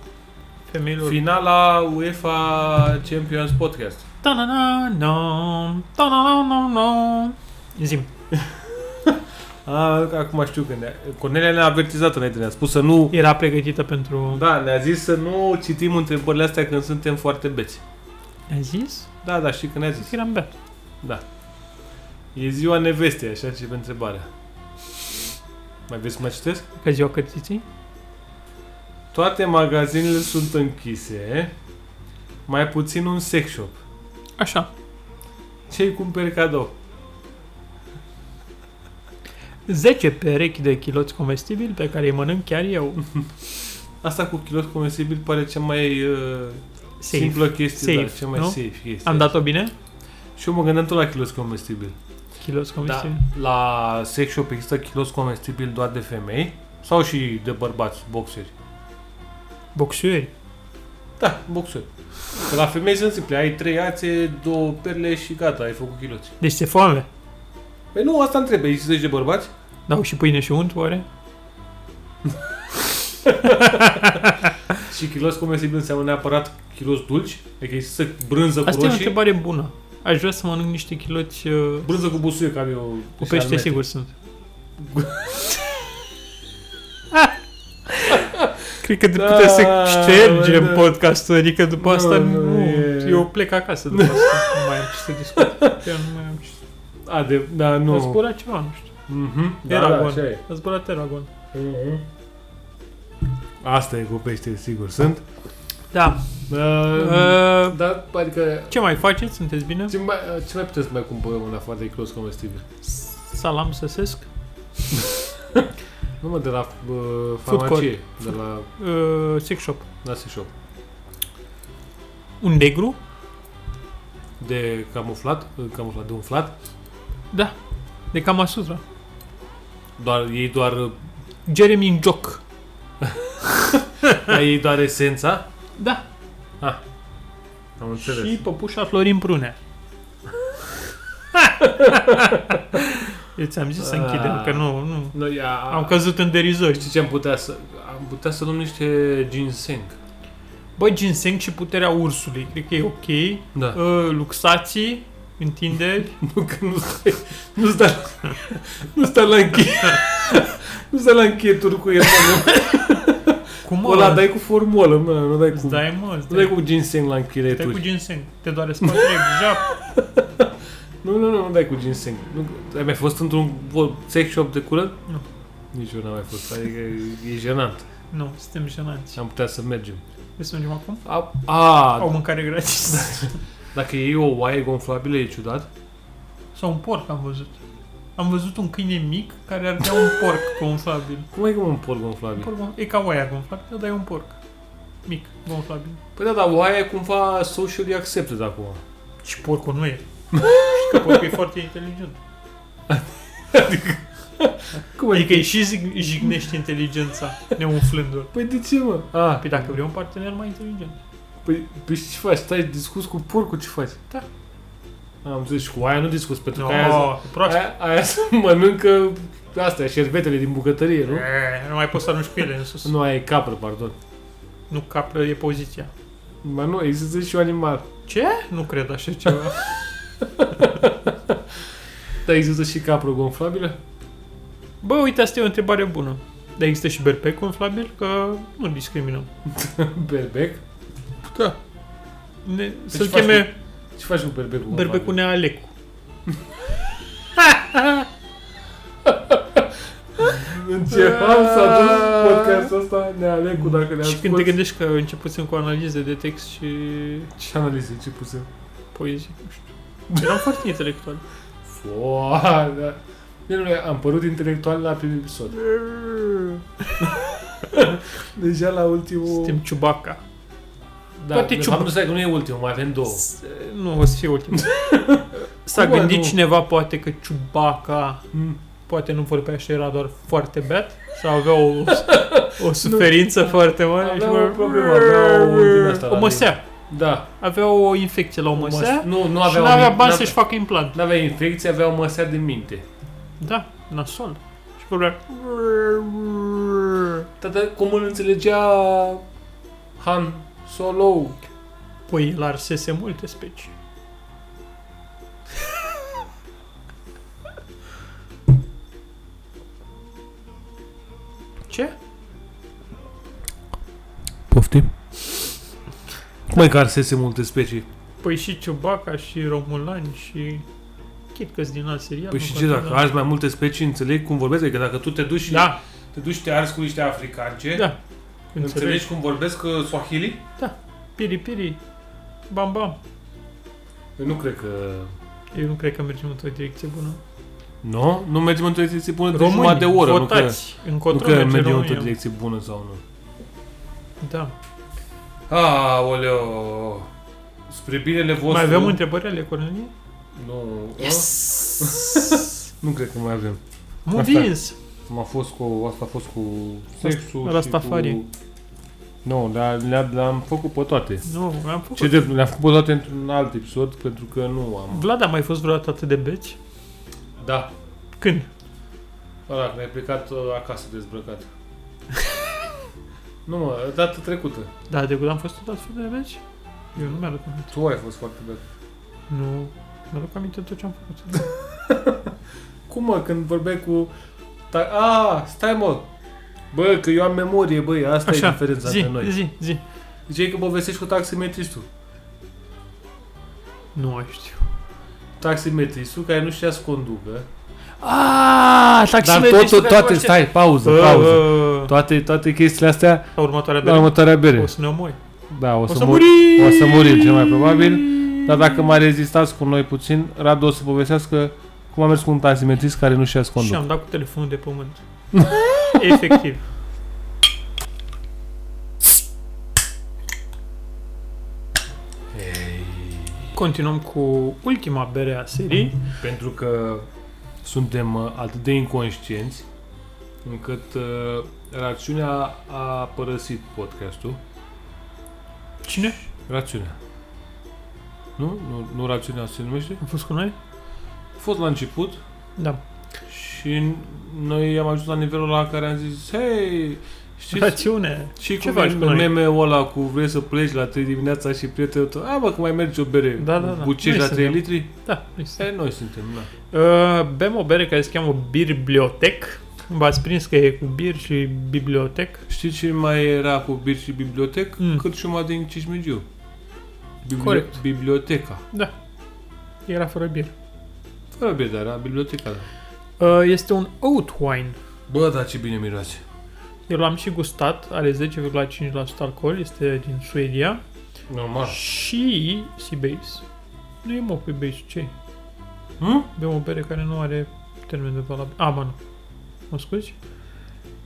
Speaker 2: femeilor?
Speaker 4: finala UEFA Champions Podcast.
Speaker 2: Ta-na-na-na, ta-na-na-na-na. Zim.
Speaker 4: Ah, acum știu că ne Cornelia ne-a avertizat înainte, ne-a spus să nu...
Speaker 2: Era pregătită pentru...
Speaker 4: Da, ne-a zis să nu citim întrebările astea când suntem foarte beți.
Speaker 2: Ai zis?
Speaker 4: Da, da, știi că ne-a
Speaker 2: Zis
Speaker 4: zis.
Speaker 2: că eram beat.
Speaker 4: E ziua nevestei, așa începe întrebarea. Mai vreți să mai citesc?
Speaker 2: Că ziua cărțiții?
Speaker 4: Toate magazinele sunt închise, mai puțin un sex shop.
Speaker 2: Așa.
Speaker 4: Ce-i cumperi cadou?
Speaker 2: 10 perechi de chiloți comestibili pe care îi mănânc chiar eu.
Speaker 4: Asta cu kilos comestibil pare cea mai uh,
Speaker 2: Safe.
Speaker 4: simplă chestie,
Speaker 2: Safe,
Speaker 4: dar cea mai
Speaker 2: nu?
Speaker 4: safe chestie.
Speaker 2: Am dat-o bine?
Speaker 4: Și eu mă gândeam tot la kilos comestibil.
Speaker 2: Chiloți
Speaker 4: Da,
Speaker 2: comestibili.
Speaker 4: la sex shop există kilos comestibil doar de femei sau și de bărbați, boxeri?
Speaker 2: Boxuri.
Speaker 4: Da, boxeri. Că la femei sunt simple, ai trei ațe, două perle și gata, ai făcut kiloți.
Speaker 2: Deci se foame.
Speaker 4: Păi nu, asta întreb, există și de bărbați?
Speaker 2: Dau și pâine și unt, oare?
Speaker 4: Și kilos comestibil înseamnă neapărat chiloți dulci, adică există brânză cu
Speaker 2: Asta e o
Speaker 4: roșii,
Speaker 2: întrebare bună. Aș vrea să mănânc niște chiloți uh,
Speaker 4: brânză cu busuie Deci, care e o...
Speaker 2: cu
Speaker 4: și
Speaker 2: pește,
Speaker 4: almete.
Speaker 2: sigur sunt. Cred că
Speaker 4: Da,
Speaker 2: putem să ștergem
Speaker 4: da.
Speaker 2: podcastul, adică după
Speaker 4: Nu,
Speaker 2: asta
Speaker 4: nu,
Speaker 2: nu,
Speaker 4: e-
Speaker 2: eu plec acasă după asta, nu mai am ce să discut. Eu nu mai am ce să...
Speaker 4: A, de, da, nu.
Speaker 2: A zburat ceva, nu știu.
Speaker 4: Mhm, da, da,
Speaker 2: Eragon.
Speaker 4: așa e.
Speaker 2: A zburat Eragon.
Speaker 4: Mhm. Asta e cu pește, sigur sunt.
Speaker 2: Da.
Speaker 4: Uh,
Speaker 2: Uh,
Speaker 4: da, adică...
Speaker 2: ce mai faceți? Sunteți bine?
Speaker 4: Ce mai, ce mai putem să mai cumpărăm în afară de chiloți comestibili?
Speaker 2: Salam săsesc?
Speaker 4: Nu mă, de la uh,
Speaker 2: court.
Speaker 4: farmacie, de la
Speaker 2: Uh, sex shop.
Speaker 4: Nasi Shop.
Speaker 2: Un negru?
Speaker 4: De camuflat, uh, camuflat, de umflat,
Speaker 2: Da. De Kama Sutra.
Speaker 4: doar, ei doar, uh,
Speaker 2: Jeremy în joc.
Speaker 4: dar ei doar esența.
Speaker 2: Da.
Speaker 4: Am înțeles.
Speaker 2: Și păpușa Florin Prunea. Eu ți-am Deci zis să închidem, că nu, nu.
Speaker 4: Noi a,
Speaker 2: Am căzut în derizori.
Speaker 4: Știi ce am putea să... Am putea să luăm niște ginseng.
Speaker 2: Băi, ginseng și puterea ursului. Cred că e ok.
Speaker 4: Da.
Speaker 2: Uh, luxații, întinderi.
Speaker 4: Nu, că nu stai, nu stai, nu stai la încheiet. nu stai la încheieturi cu el. mă,
Speaker 2: Cum
Speaker 4: nu.
Speaker 2: mă?
Speaker 4: Ăla dai cu formulă, mă, nu dai cu...
Speaker 2: Îți dai, mă, îți
Speaker 4: Nu dai
Speaker 2: dai,
Speaker 4: cu ginseng la
Speaker 2: dai cu
Speaker 4: închirieturi.
Speaker 2: ginseng. Te doare spatele, deja.
Speaker 4: Nu, nu, nu, nu dai cu ginseng. Nu, ai mai fost într-un vo- sex shop de curând?
Speaker 2: Nu.
Speaker 4: Nici eu n-am mai fost. Adică e- e jenant.
Speaker 2: Nu, suntem jenanți.
Speaker 4: Am putea să mergem.
Speaker 2: Vrei să mergem acum?
Speaker 4: A, a,
Speaker 2: Au mâncare gratis.
Speaker 4: Da. dacă e o oaie gonflabilă, e ciudat.
Speaker 2: Sau un porc am văzut. Am văzut un câine mic care ardea un porc gonflabil.
Speaker 4: Cum e cum un porc
Speaker 2: Un
Speaker 4: gonflabil?
Speaker 2: porc gon- E ca oaia gonflabilă, dar e un porc. Mic, gonflabil.
Speaker 4: Păi da, dar oaia e cumva socially accepted acum.
Speaker 2: Și porcul nu e. Și că porcul e foarte inteligent.
Speaker 4: Cum
Speaker 2: Adică e și zig- jignește inteligența, ne umflându-l.
Speaker 4: Păi de ce, mă? A,
Speaker 2: Păi dacă vrei un partener mai inteligent.
Speaker 4: Păi, păi știi ce faci? Stai, discuți cu porcul, ce faci?
Speaker 2: Da.
Speaker 4: Am înțeles, și cu aia nu discuți, pentru
Speaker 2: No,
Speaker 4: că aia,
Speaker 2: e proastă.
Speaker 4: aia, aia să mănâncă astea, șervetele din bucătărie, nu?
Speaker 2: E, Nu mai poți să arunci cu ele în sus.
Speaker 4: Nu, aia e capră, pardon.
Speaker 2: Nu capră e poziția.
Speaker 4: Mă, nu, există și un animal.
Speaker 2: Ce? Nu cred așa ceva.
Speaker 4: Dar există și capră gonflabilă?
Speaker 2: Bă, uite, asta e o întrebare bună. Dar există și berbec gonflabil? Că nu discriminăm.
Speaker 4: Berbec?
Speaker 2: Da. Ne, să-l
Speaker 4: Deci faci
Speaker 2: cheme...
Speaker 4: Ce faci cu berbecul gonflabil?
Speaker 2: Berbecul Nealecu.
Speaker 4: În ce hal s-a dus podcastul ăsta? Ne aleg cu dacă ne
Speaker 2: Mm. Și când te gândești că începusem cu analize de text și
Speaker 4: Ce analize, ce puse?
Speaker 2: poezie, nu știu. Eram foarte intelectual.
Speaker 4: Foa, da. Bine, noi am părut intelectual la primul episod. Deja la ultimul...
Speaker 2: Suntem Ciubaca.
Speaker 4: Da,
Speaker 2: Poate
Speaker 4: de
Speaker 2: ciuc.
Speaker 4: fapt, nu stai că nu e ultimul, mai avem două.
Speaker 2: Nu, o să fie ultimul. S-a
Speaker 4: Cum,
Speaker 2: gândit
Speaker 4: nu?
Speaker 2: cineva poate că Ciubaca
Speaker 4: Mm.
Speaker 2: poate nu vorbea și era doar foarte beat sau avea o, o suferință foarte mare.
Speaker 4: Avea
Speaker 2: și
Speaker 4: o
Speaker 2: vorbea-
Speaker 4: problemă, avea o din asta la
Speaker 2: o măsea.
Speaker 4: Da.
Speaker 2: Avea o infecție la o măsea
Speaker 4: măs- Nu, nu
Speaker 2: și
Speaker 4: avea,
Speaker 2: nu
Speaker 4: o
Speaker 2: avea
Speaker 4: min-
Speaker 2: bani
Speaker 4: n-avea-
Speaker 2: să-și facă implant.
Speaker 4: N-avea infecție, avea o măsea de minte.
Speaker 2: Da, nasol. Și vorbea...
Speaker 4: Tata, cum îl înțelegea Han Solo?
Speaker 2: Păi el arsese multe specii. Ce?
Speaker 5: Poftim?
Speaker 4: Mai că arsese multe specii.
Speaker 2: Păi și Ciubaca și Romulan și... Chit că din alt serial.
Speaker 4: Păi
Speaker 2: nu
Speaker 4: și ce,
Speaker 2: contează.
Speaker 4: dacă arzi mai multe specii, înțelegi cum vorbesc? Adică dacă tu te duci și
Speaker 2: Da,
Speaker 4: te duci și te arzi cu niște africance,
Speaker 2: da.
Speaker 4: înțelegi
Speaker 2: Înțelegi?
Speaker 4: cum vorbesc uh, Swahili?
Speaker 2: Piri, piri. Bam, bam.
Speaker 4: Eu nu cred că...
Speaker 2: Eu nu cred că mergem într-o direcție bună.
Speaker 4: Nu? Nu mergem într-o direcție bună de deci jumătate de oră. Nu că,
Speaker 2: votați
Speaker 4: nu
Speaker 2: încotro
Speaker 4: că
Speaker 2: merge
Speaker 4: mergem într-o
Speaker 2: România.
Speaker 4: direcție bună sau nu.
Speaker 2: Da.
Speaker 4: Aoleo! Spre binele vostru...
Speaker 2: Mai avem întrebări ale Cornelie?
Speaker 4: Nu... nu cred că mai avem.
Speaker 2: Mă
Speaker 4: Asta.
Speaker 2: vins!
Speaker 4: M-a fost cu... Asta a fost cu sexul
Speaker 2: la
Speaker 4: și
Speaker 2: stafarie.
Speaker 4: cu... Nu, dar le-am, le-am făcut pe toate.
Speaker 2: Nu, am făcut.
Speaker 4: Ce drept, le-am făcut pe toate într-un alt episod, pentru că nu am...
Speaker 2: Vlad a mai fost vreodată atât de beci?
Speaker 4: Da.
Speaker 2: Când?
Speaker 4: Ăla, când ai plecat uh, acasă dezbrăcat. nu mă, data trecută.
Speaker 2: Da, de când am fost tot atât de beci? Eu nu mi-aduc aminte.
Speaker 4: Tu ai fost foarte bad.
Speaker 2: Nu. Mi-aduc aminte tot ce am făcut.
Speaker 4: Cum mă, când vorbeai cu... Ta... A, stai mă! Bă, că eu am memorie, băi, asta e diferența
Speaker 2: zi,
Speaker 4: între noi.
Speaker 2: zi, zi.
Speaker 4: Ziceai că povestești cu taximetristul.
Speaker 2: Nu mai știu.
Speaker 4: Taximetristul care nu știa să conducă.
Speaker 2: Aaaa,
Speaker 4: Dar tot, tot, toate, stai, pauză, pauză. Toate, toate chestiile astea
Speaker 2: La următoarea
Speaker 4: la
Speaker 2: bere.
Speaker 4: următoarea bere.
Speaker 2: O să ne omori.
Speaker 4: Da, o
Speaker 2: O
Speaker 4: să,
Speaker 2: să
Speaker 4: mur-
Speaker 2: muri.
Speaker 4: o să murim cel mai probabil. Da, Dar dacă mai rezistați cu noi puțin, Radu o să povestească cum a mers cu un taximetrist care nu știa să
Speaker 2: Și
Speaker 4: conducă.
Speaker 2: am dat cu telefonul de pământ. Efectiv. Continuăm cu ultima bere a serii.
Speaker 4: Pentru că suntem uh, atât de inconștienți încât uh, rațiunea a părăsit podcastul.
Speaker 2: Cine
Speaker 4: Rațiunea. Nu? Nu, nu rațiunea se numește?
Speaker 2: a fost cu noi?
Speaker 4: A fost la început
Speaker 2: Da.
Speaker 4: și noi am ajuns la nivelul la care am zis Hei, știți,
Speaker 2: Rațiune.
Speaker 4: și
Speaker 2: ce
Speaker 4: cum
Speaker 2: faci
Speaker 4: faci
Speaker 2: cu noi?
Speaker 4: meme-ul ăla cu vrei să pleci la 3 dimineața și prietenul tău, a, bă, că mai mergi o bere,
Speaker 2: Da, da, da.
Speaker 4: bucești
Speaker 2: Noi
Speaker 4: la 3
Speaker 2: suntem.
Speaker 4: litri?
Speaker 2: Da, este.
Speaker 4: E, noi suntem, da.
Speaker 2: Uh, bem o bere care se cheamă Birbliotec. V-ați prins că e cu bir și bibliotec.
Speaker 4: Știi ce mai era cu bir și bibliotec?
Speaker 2: Mm.
Speaker 4: Mm. Cât și mai din Cismigiu. Bibli-
Speaker 2: Corect.
Speaker 4: Biblioteca.
Speaker 2: Era fără bir.
Speaker 4: Fără bir, dar era biblioteca. da.
Speaker 2: Uh, este un oat wine.
Speaker 4: Bă, dar ce bine miroase.
Speaker 2: Eu l-am și gustat, are 10,5% alcool, este din Suedia.
Speaker 4: Normal.
Speaker 2: Și Seabase. Nu e mă pe base, ce
Speaker 4: Hm?
Speaker 2: Bem o bere care nu are termen de valabil. A, ba nu. Mă scuzi?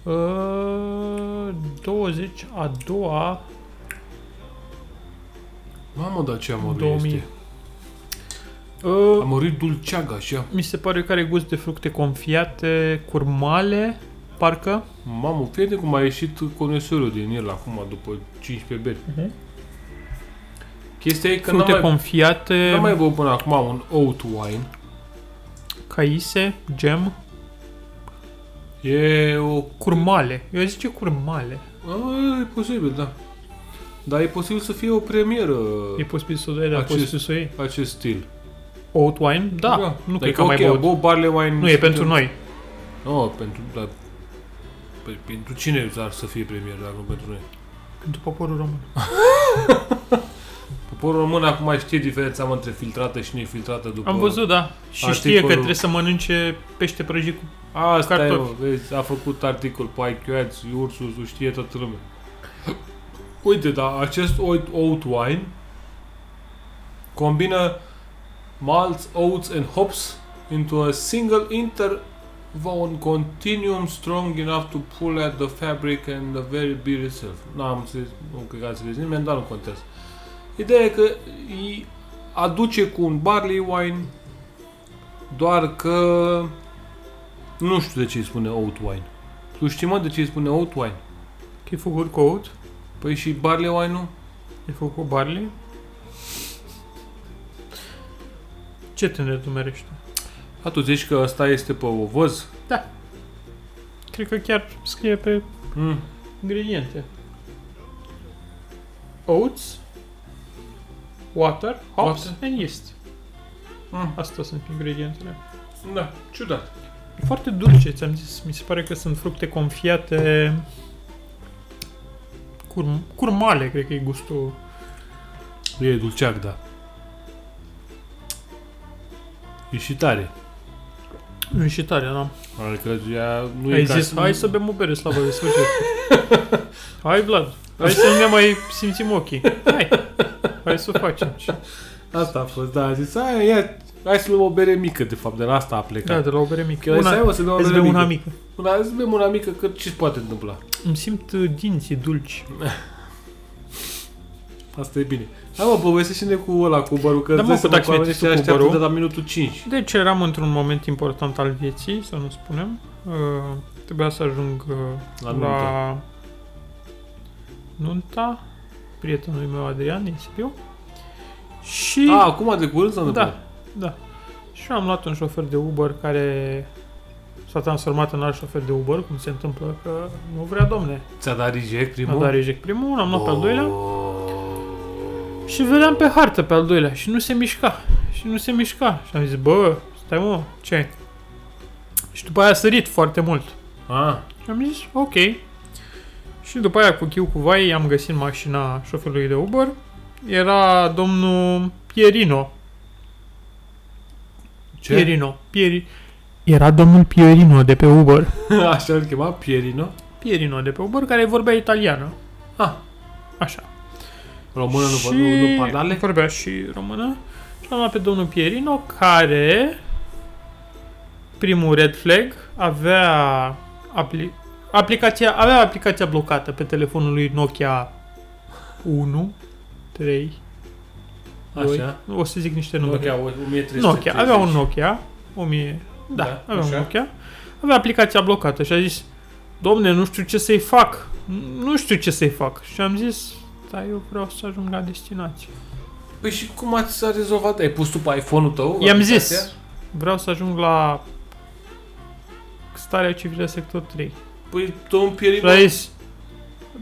Speaker 2: Uh, 20 a doua
Speaker 4: Mamă, dar ce amorie
Speaker 2: 2000.
Speaker 4: 2000. este. A
Speaker 2: uh,
Speaker 4: murit dulceaga și ea.
Speaker 2: mi se pare că are gust de fructe confiate, curmale, parcă.
Speaker 4: Mamă, fii atent cum a ieșit conesorul din el acum, după 15 beri.
Speaker 2: Mhm.
Speaker 4: Chestia e că n-am
Speaker 2: fructe
Speaker 4: mai,
Speaker 2: confiate,
Speaker 4: n-am mai băut până acum un oat wine.
Speaker 2: caise, gem,
Speaker 4: E o...
Speaker 2: curmale. Eu zice curmale.
Speaker 4: Da. A, e posibil, da. Dar e posibil să fie o premieră
Speaker 2: E posibil să o dai, dar
Speaker 4: Acest-
Speaker 2: posibil să o iei.
Speaker 4: acest stil.
Speaker 2: Oat wine? Da, nu cred că am mai
Speaker 4: okay,
Speaker 2: băut.
Speaker 4: băut barley wine.
Speaker 2: Nu, e pentru noi.
Speaker 4: Nu, no, pentru... Da, păi, pentru cine ar să fie premier dacă nu pentru noi?
Speaker 2: Pentru poporul român.
Speaker 4: Poporul român acum știe diferența mă, între filtrată și nefiltrată după...
Speaker 2: Am văzut, da. Și știe că
Speaker 4: articolul-
Speaker 2: trebuie să mănânce pește prăjit cu...
Speaker 4: Asta e, mă,
Speaker 2: cartofi.
Speaker 4: vezi, a făcut articol pe IQ Ads, Ursus, o știe toată lumea. Uite, dar acest oat, oat wine combină malts, oats and hops into a single inter un continuum strong enough to pull at the fabric and the very beer itself. N-am înțeles, nu cred că ați înțeles nimeni, dar nu contează. Ideea e că îi aduce cu un barley wine, doar că nu știu de ce îi spune oat wine. Tu știi mă de ce îi spune oat wine?
Speaker 2: Că e făcut cu oat,
Speaker 4: Păi și barley wine-ul?
Speaker 2: e făcut cu barley. Ce te nedumerește?
Speaker 4: A, tu zici că ăsta este pe ovăz?
Speaker 2: Cred că chiar scrie pe
Speaker 4: Mm.
Speaker 2: ingrediente. Oats, water, hops Ah.
Speaker 4: Water.
Speaker 2: and yeast.
Speaker 4: Mm.
Speaker 2: Astea sunt ingredientele.
Speaker 4: Da, ciudat.
Speaker 2: E foarte dulce, ți-am zis. Mi se pare că sunt fructe confiate, curm- curmale, cred că e gustul.
Speaker 4: E dulceac, da. E și tare.
Speaker 2: Nu e și tare, da.
Speaker 4: Adică ea nu
Speaker 2: Ai
Speaker 4: e ca
Speaker 2: zis, hai să bem o bere, slavă de sfârșit. hai, Vlad, hai să nu ne mai simțim ochii. Hai, hai să o facem.
Speaker 4: Asta a fost, da, a zis, hai, ia, hai să luăm o bere mică, de fapt, de la asta a plecat.
Speaker 2: Da, de la o bere mică.
Speaker 4: Că una, hai,
Speaker 2: Una,
Speaker 4: o să bem o
Speaker 2: îți
Speaker 4: bere
Speaker 2: bem
Speaker 4: mică.
Speaker 2: una
Speaker 4: Una,
Speaker 2: mică.
Speaker 4: una, să bem una mică, că ce poate întâmpla?
Speaker 2: Îmi simt uh, dinții dulci.
Speaker 4: Asta e bine. Hai mă, povestește-ne cu ăla, cu bărul, că
Speaker 2: Da,
Speaker 4: îți
Speaker 2: mă,
Speaker 4: dai
Speaker 2: cu
Speaker 4: seama că oamenii
Speaker 2: taximetristul
Speaker 4: ăștia
Speaker 2: cu
Speaker 4: așteaptă
Speaker 2: bărul.
Speaker 4: de la minutul 5.
Speaker 2: Deci eram într-un moment important al vieții, să nu spunem. Uh, trebuia să ajung uh,
Speaker 4: La
Speaker 2: la,
Speaker 4: nuntă.
Speaker 2: la nunta prietenului meu Adrian din Sibiu. Și
Speaker 4: A, Ah, acum de curând s-a întâmplat?
Speaker 2: da, da. Și am luat un șofer de Uber care s-a transformat în alt șofer de Uber, cum se întâmplă că nu vrea domne.
Speaker 4: Ți-a dat reject primul? Oh.
Speaker 2: Am dat reject primul, am luat pe al doilea. Și vedeam pe hartă pe al doilea și nu se mișca. Și nu se mișca. Și am zis, bă, stai mă, ce ai?" Și după aia a sărit foarte mult.
Speaker 4: Ah,
Speaker 2: Și am zis, ok. Și după aia cu chiu cu vai am găsit mașina șoferului de Uber. Era domnul Pierino.
Speaker 4: ce?
Speaker 2: Pierino. Pieri...
Speaker 5: Era domnul Piorino de pe Uber.
Speaker 4: Așa îl chema? Pierino?
Speaker 2: Pierino de pe Uber care vorbea italiană.
Speaker 4: Ah,
Speaker 2: Așa.
Speaker 4: română
Speaker 2: și
Speaker 4: nu, nu, nu parlale?
Speaker 2: vorbea și română. Și l-am luat pe domnul Pierino care primul red flag avea apli- aplicația, avea aplicația blocată pe telefonul lui Nokia 1 3 doi.
Speaker 4: Așa.
Speaker 2: o să zic niște numere.
Speaker 4: Nokia 1330.
Speaker 2: Nokia, avea un Nokia, 1000, da,
Speaker 4: Da,
Speaker 2: avea un
Speaker 4: așa.
Speaker 2: Nokia, avea aplicația blocată și a zis, domne, nu știu ce să-i fac, nu știu ce să-i fac. Și am zis, da, eu vreau să ajung la destinație.
Speaker 4: Păi și cum ați s-a rezolvat? Ai pus tu pe iPhone-ul tău?
Speaker 2: I-am
Speaker 4: aplicația?
Speaker 2: zis, vreau să ajung la starea civilă sector 3.
Speaker 4: Păi domnul Pierino...
Speaker 2: Și a zis,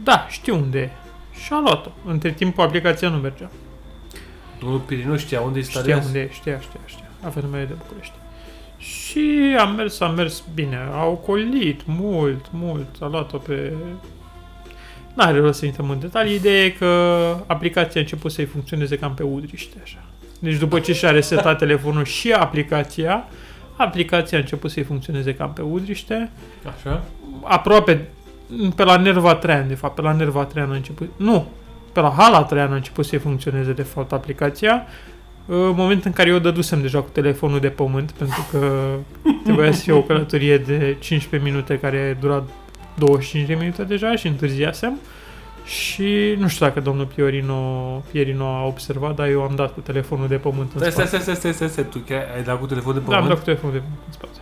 Speaker 2: da, știu unde e. Și a luat-o. Între timp, cu aplicația nu mergea.
Speaker 4: Domnul Pierino știa unde e starea
Speaker 2: Știa
Speaker 4: asta?
Speaker 2: unde e, știa, știa, știa. Avea numele de București. Și am mers, am mers bine. Au colit mult, mult. A luat-o pe... N-are rost să intrăm în detalii. Ideea e că aplicația a început să-i funcționeze cam pe udriște, așa. Deci după ce și-a resetat telefonul și aplicația, aplicația a început să-i funcționeze cam pe udriște.
Speaker 4: Așa.
Speaker 2: Aproape pe la Nerva Traian, de fapt, pe la Nerva Traian a început... Nu, pe la Hala Traian a început să-i funcționeze, de fapt, aplicația. În moment în care eu dădusem deja cu telefonul de pământ, pentru că trebuia să fie o călătorie de 15 minute care dura 25 de minute deja și întârziasem. Și nu știu dacă domnul Piorino, Pierino a observat, dar eu am dat cu telefonul de pământ în
Speaker 4: Stai, stai,
Speaker 2: spate.
Speaker 4: stai, stai, stai, stai, stai, tu chiar ai dat cu telefonul de
Speaker 2: Da, am
Speaker 4: pământ?
Speaker 2: dat cu telefonul de pământ în spate.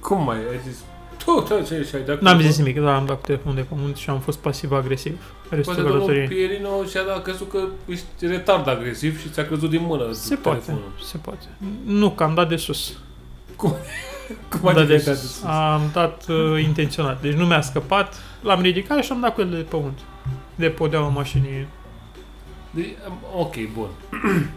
Speaker 4: Cum mai ai zis? Tu, tu, ce și ai dat cu
Speaker 2: N-am
Speaker 4: telefonul?
Speaker 2: zis nimic, dar am dat cu telefonul de pământ și am fost pasiv-agresiv restul
Speaker 4: Poate domnul
Speaker 2: călătoriei.
Speaker 4: Pierino și-a dat crezut că ești retard agresiv și ți-a crezut din mână
Speaker 2: Se poate,
Speaker 4: telefonul.
Speaker 2: se poate. Nu, că am dat de sus.
Speaker 4: Cum
Speaker 2: Am dat,
Speaker 4: adică ai
Speaker 2: de
Speaker 4: dat de
Speaker 2: sus.
Speaker 4: sus?
Speaker 2: am dat uh, intenționat. Deci nu mi-a scăpat, l-am ridicat și am dat cu el de pământ. De podeaua mașinii.
Speaker 4: Deci, am- ok, bun.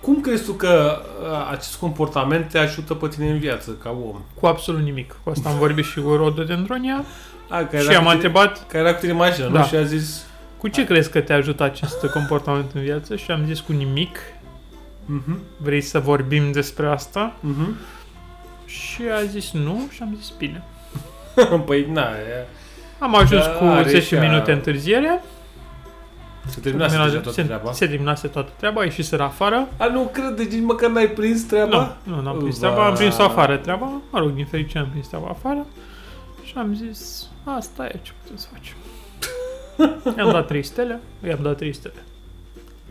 Speaker 4: Cum crezi tu că a, acest comportament te ajută pe tine în viață, ca om?
Speaker 2: Cu absolut nimic. Cu asta am vorbit și cu Rododendronia
Speaker 4: A, că
Speaker 2: și am întrebat
Speaker 4: Care era cu tine în mașină,
Speaker 2: Da.
Speaker 4: nu? Și a zis...
Speaker 2: cu ce crezi că te ajută acest comportament în viață și am zis cu nimic.
Speaker 4: Mhm,
Speaker 2: Vrei să vorbim despre asta?
Speaker 4: mhm.
Speaker 2: Și a zis nu și am zis bine.
Speaker 4: Păi, na, e-
Speaker 2: Am ajuns
Speaker 4: Da,
Speaker 2: cu
Speaker 4: are
Speaker 2: 10
Speaker 4: și a-
Speaker 2: minute întârziere.
Speaker 4: se terminase
Speaker 2: Terminase-
Speaker 4: deja toată
Speaker 2: se,
Speaker 4: treaba.
Speaker 2: se terminase toată treaba, a ieșiseră afară.
Speaker 4: A, nu cred, deci nici măcar n-ai prins treaba?
Speaker 2: Nu, nu, n-am prins
Speaker 4: Va.
Speaker 2: treaba, am prins afară treaba, mă rog, din fericire am prins treaba afară și am zis, asta e ce putem să facem. I-am dat 3 stele, i-am dat 3 stele,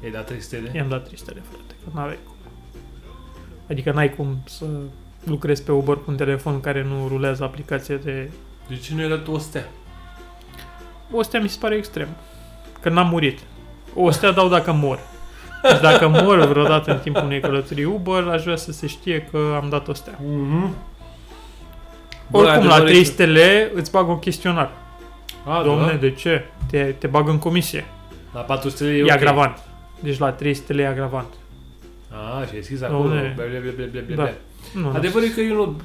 Speaker 4: Ei, da, 3 stele.
Speaker 2: i-am dat 3 stele, frate, că n-aveai cum. Adică n-ai cum să lucrezi pe Uber cu un telefon care nu rulează aplicația de...
Speaker 4: De ce Deci nu i-ai dat o stea?
Speaker 2: O stea mi se pare extrem, că n-am murit. O stea dau dacă mor. Deci dacă mor vreodată în timpul unei călătorii Uber, aș vrea să se știe că am dat o stea.
Speaker 4: Mhm. Bă,
Speaker 2: Oricum, la
Speaker 4: adevărul
Speaker 2: 3
Speaker 4: este-
Speaker 2: stele îți bag un chestionar.
Speaker 4: A,
Speaker 2: Domne,
Speaker 4: da?
Speaker 2: de ce? Te, te bag în comisie.
Speaker 4: La 4 stele e,
Speaker 2: E,
Speaker 4: ok.
Speaker 2: agravant. Deci la 3 stele e agravant.
Speaker 4: A, și ai scris acolo.
Speaker 2: Domne.
Speaker 4: Ble, ble, ble, ble, ble, ble.
Speaker 2: Da. Nu, nu.
Speaker 4: Adevărul e că eu nu,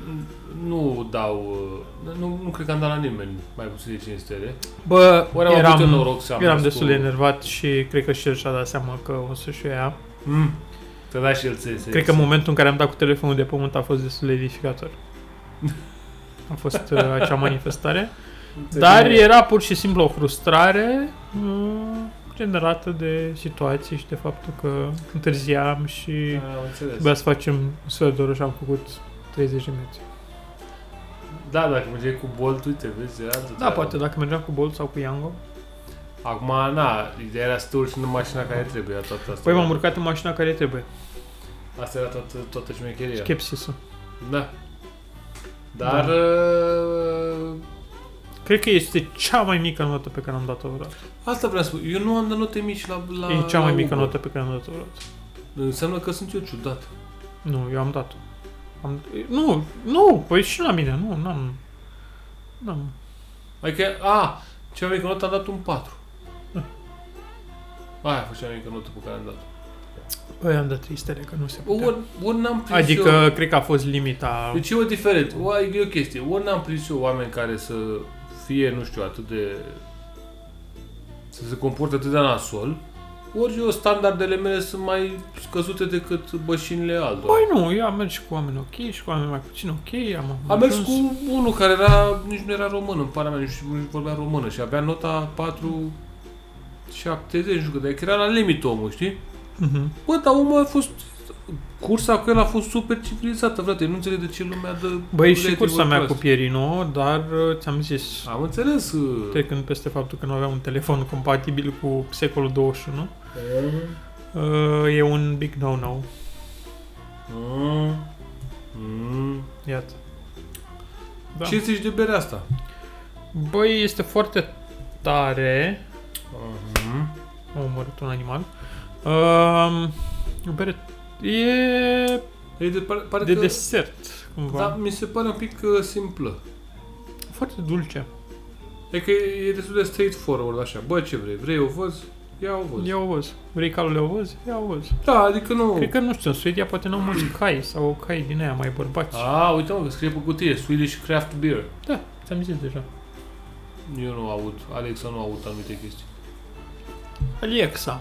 Speaker 4: nu dau... uh, Nu, nu cred că am dat la nimeni mai puțin de 5 stele.
Speaker 2: Bă,
Speaker 4: Ori am
Speaker 2: eram,
Speaker 4: avut eu noroc să am
Speaker 2: eram
Speaker 4: mers
Speaker 2: destul
Speaker 4: cu-
Speaker 2: de enervat și cred că și el și-a dat seama că o să-și o ia.
Speaker 4: Mm. Te da și el ție. ție,
Speaker 2: Cred că
Speaker 4: ție.
Speaker 2: momentul în care am dat cu telefonul de pământ a fost destul de edificator. A fost uh, acea manifestare.
Speaker 4: Ție
Speaker 2: Dar
Speaker 4: bine.
Speaker 2: era pur și simplu o frustrare uh, generată de situații și de faptul că întârziam și...
Speaker 4: Ah, Am înțeles.
Speaker 2: Trebuia să facem un sfert de oră și am făcut 30 de minute.
Speaker 4: Da, dacă mergeai cu Bolt, uite, vezi, era altă
Speaker 2: Da,
Speaker 4: treabă.
Speaker 2: poate dacă mergeam cu Bolt sau cu Yango.
Speaker 4: Acum, na, ideea era să te urci în mașina care trebuie, era toată asta.
Speaker 2: Păi m-am urcat în mașina care trebuie.
Speaker 4: Asta era toată, toată șmecheria.
Speaker 2: Skepsisul.
Speaker 4: Da. Dar... Da.
Speaker 2: Cred că este cea mai mică notă pe care am dat-o vreodată.
Speaker 4: Asta vreau să spun. Eu nu am dat note mici la, la
Speaker 2: E cea
Speaker 4: la
Speaker 2: mai mică
Speaker 4: Uber.
Speaker 2: notă pe care am dat-o vreodată.
Speaker 4: Înseamnă că sunt eu ciudat.
Speaker 2: Nu, eu am dat-o. Am... Nu, nu, păi și la mine, nu, n-am... N-am...
Speaker 4: Adică, a, cea mai mică notă am dat un 4. Hm. Aia făceam eu că notul pe care am dat.
Speaker 2: Băi, Păi, am dat 3 stele, că nu se putea.
Speaker 4: Ori, ori n-am prins
Speaker 2: Adică,
Speaker 4: eu...
Speaker 2: cred că a fost limita...
Speaker 4: Deci e o diferență, o, e o chestie. Ori n-am prins eu oameni care să fie, nu știu, atât de... să se comporte atât de nasol, ori eu standardele mele sunt mai scăzute decât bășinile altora.
Speaker 2: Băi, Păi nu, eu am mers și cu oameni ok și cu oameni mai puțin ok, am
Speaker 4: Am mers
Speaker 2: ajuns-
Speaker 4: cu unul care era, nici nu era român, în pana mea, nici nu vorbea română și avea nota 4, 70, nu știu cât, dar era la limit omul, știi?
Speaker 2: Mhm.
Speaker 4: Bă, dar omul a fost... Cursa cu el a fost super civilizată, frate, nu înțeleg de ce lumea dă...
Speaker 2: Băi, și
Speaker 4: relative
Speaker 2: cursa mea
Speaker 4: prost.
Speaker 2: cu Pierino, dar uh, ți-am zis,
Speaker 4: Am înțeles. uh,
Speaker 2: trecând peste faptul că nu aveam un telefon compatibil cu secolul 21, uh, e un big no-no.
Speaker 4: Mm. Mm.
Speaker 2: Iată. Da.
Speaker 4: Ce zici de berea asta?
Speaker 2: Băi, este foarte tare.
Speaker 4: Mhm.
Speaker 2: Am omorât un animal. Um, o bere... E
Speaker 4: E de, pare, pare
Speaker 2: de
Speaker 4: că,
Speaker 2: desert, cumva.
Speaker 4: da, mi se pare un pic uh, simplă.
Speaker 2: Foarte dulce.
Speaker 4: E că e destul de straightforward, așa. Bă, ce vrei? Vrei ovăz? Ia ovăz.
Speaker 2: Ia ovăz. Vrei calul ovăz? Ia ovăz.
Speaker 4: Da, adică nu...
Speaker 2: Cred că, nu știu, în Suedia poate n-au mulți cai sau cai din aia mai bărbați.
Speaker 4: A, uite mă, că scrie pe cutie, Swedish Craft Beer.
Speaker 2: Da, ți-am zis deja.
Speaker 4: Eu nu aud, Alexa nu aud anumite chestii.
Speaker 2: Alexa.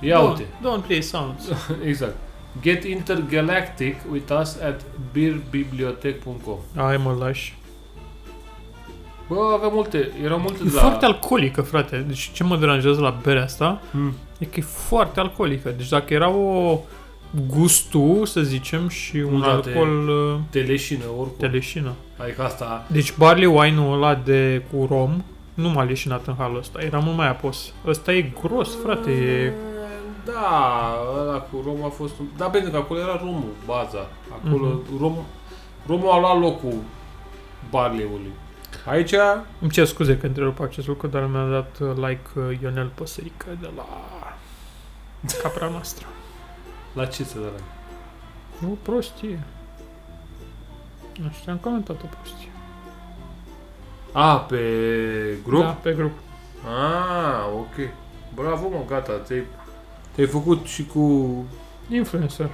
Speaker 4: Ia
Speaker 2: don't-
Speaker 4: uite.
Speaker 2: Don't play sounds.
Speaker 4: Exact. Get intergalactic with us at beerbibliotec.com
Speaker 2: Ai mă lași.
Speaker 4: Bă, avea multe, erau multe
Speaker 2: E
Speaker 4: de la...
Speaker 2: foarte alcoolică, frate. Deci ce mă deranjează la berea asta
Speaker 4: Mm.
Speaker 2: e că e foarte alcoolică. Deci dacă era o gustul, să zicem, și un
Speaker 4: Una de-
Speaker 2: alcool uh,
Speaker 4: de leșină, oricum.
Speaker 2: de leșină.
Speaker 4: Adică asta...
Speaker 2: Deci barley wine-ul ăla de cu rom nu m-a leșinat în halul ăsta. Era mult mai apos. Ăsta e gros, frate. E...
Speaker 4: Da, ăla cu Rom a fost... un- Da, pentru că acolo era Romul, baza. Acolo
Speaker 2: Mhm.
Speaker 4: mm-hmm. Rom... Romul a luat locul barleului. Aici...
Speaker 2: Îmi cer scuze că întrerup acest lucru, dar mi-a dat uh, like uh, Ionel Păsărică de la capra noastră.
Speaker 4: La ce se dă la?
Speaker 2: Nu, prostie. Nu știu, am comentat o prostie.
Speaker 4: A, pe grup?
Speaker 2: Da, pe grup.
Speaker 4: Ah, ok. Bravo, mă, gata, te-ai, te-ai făcut și cu...
Speaker 2: Influencer.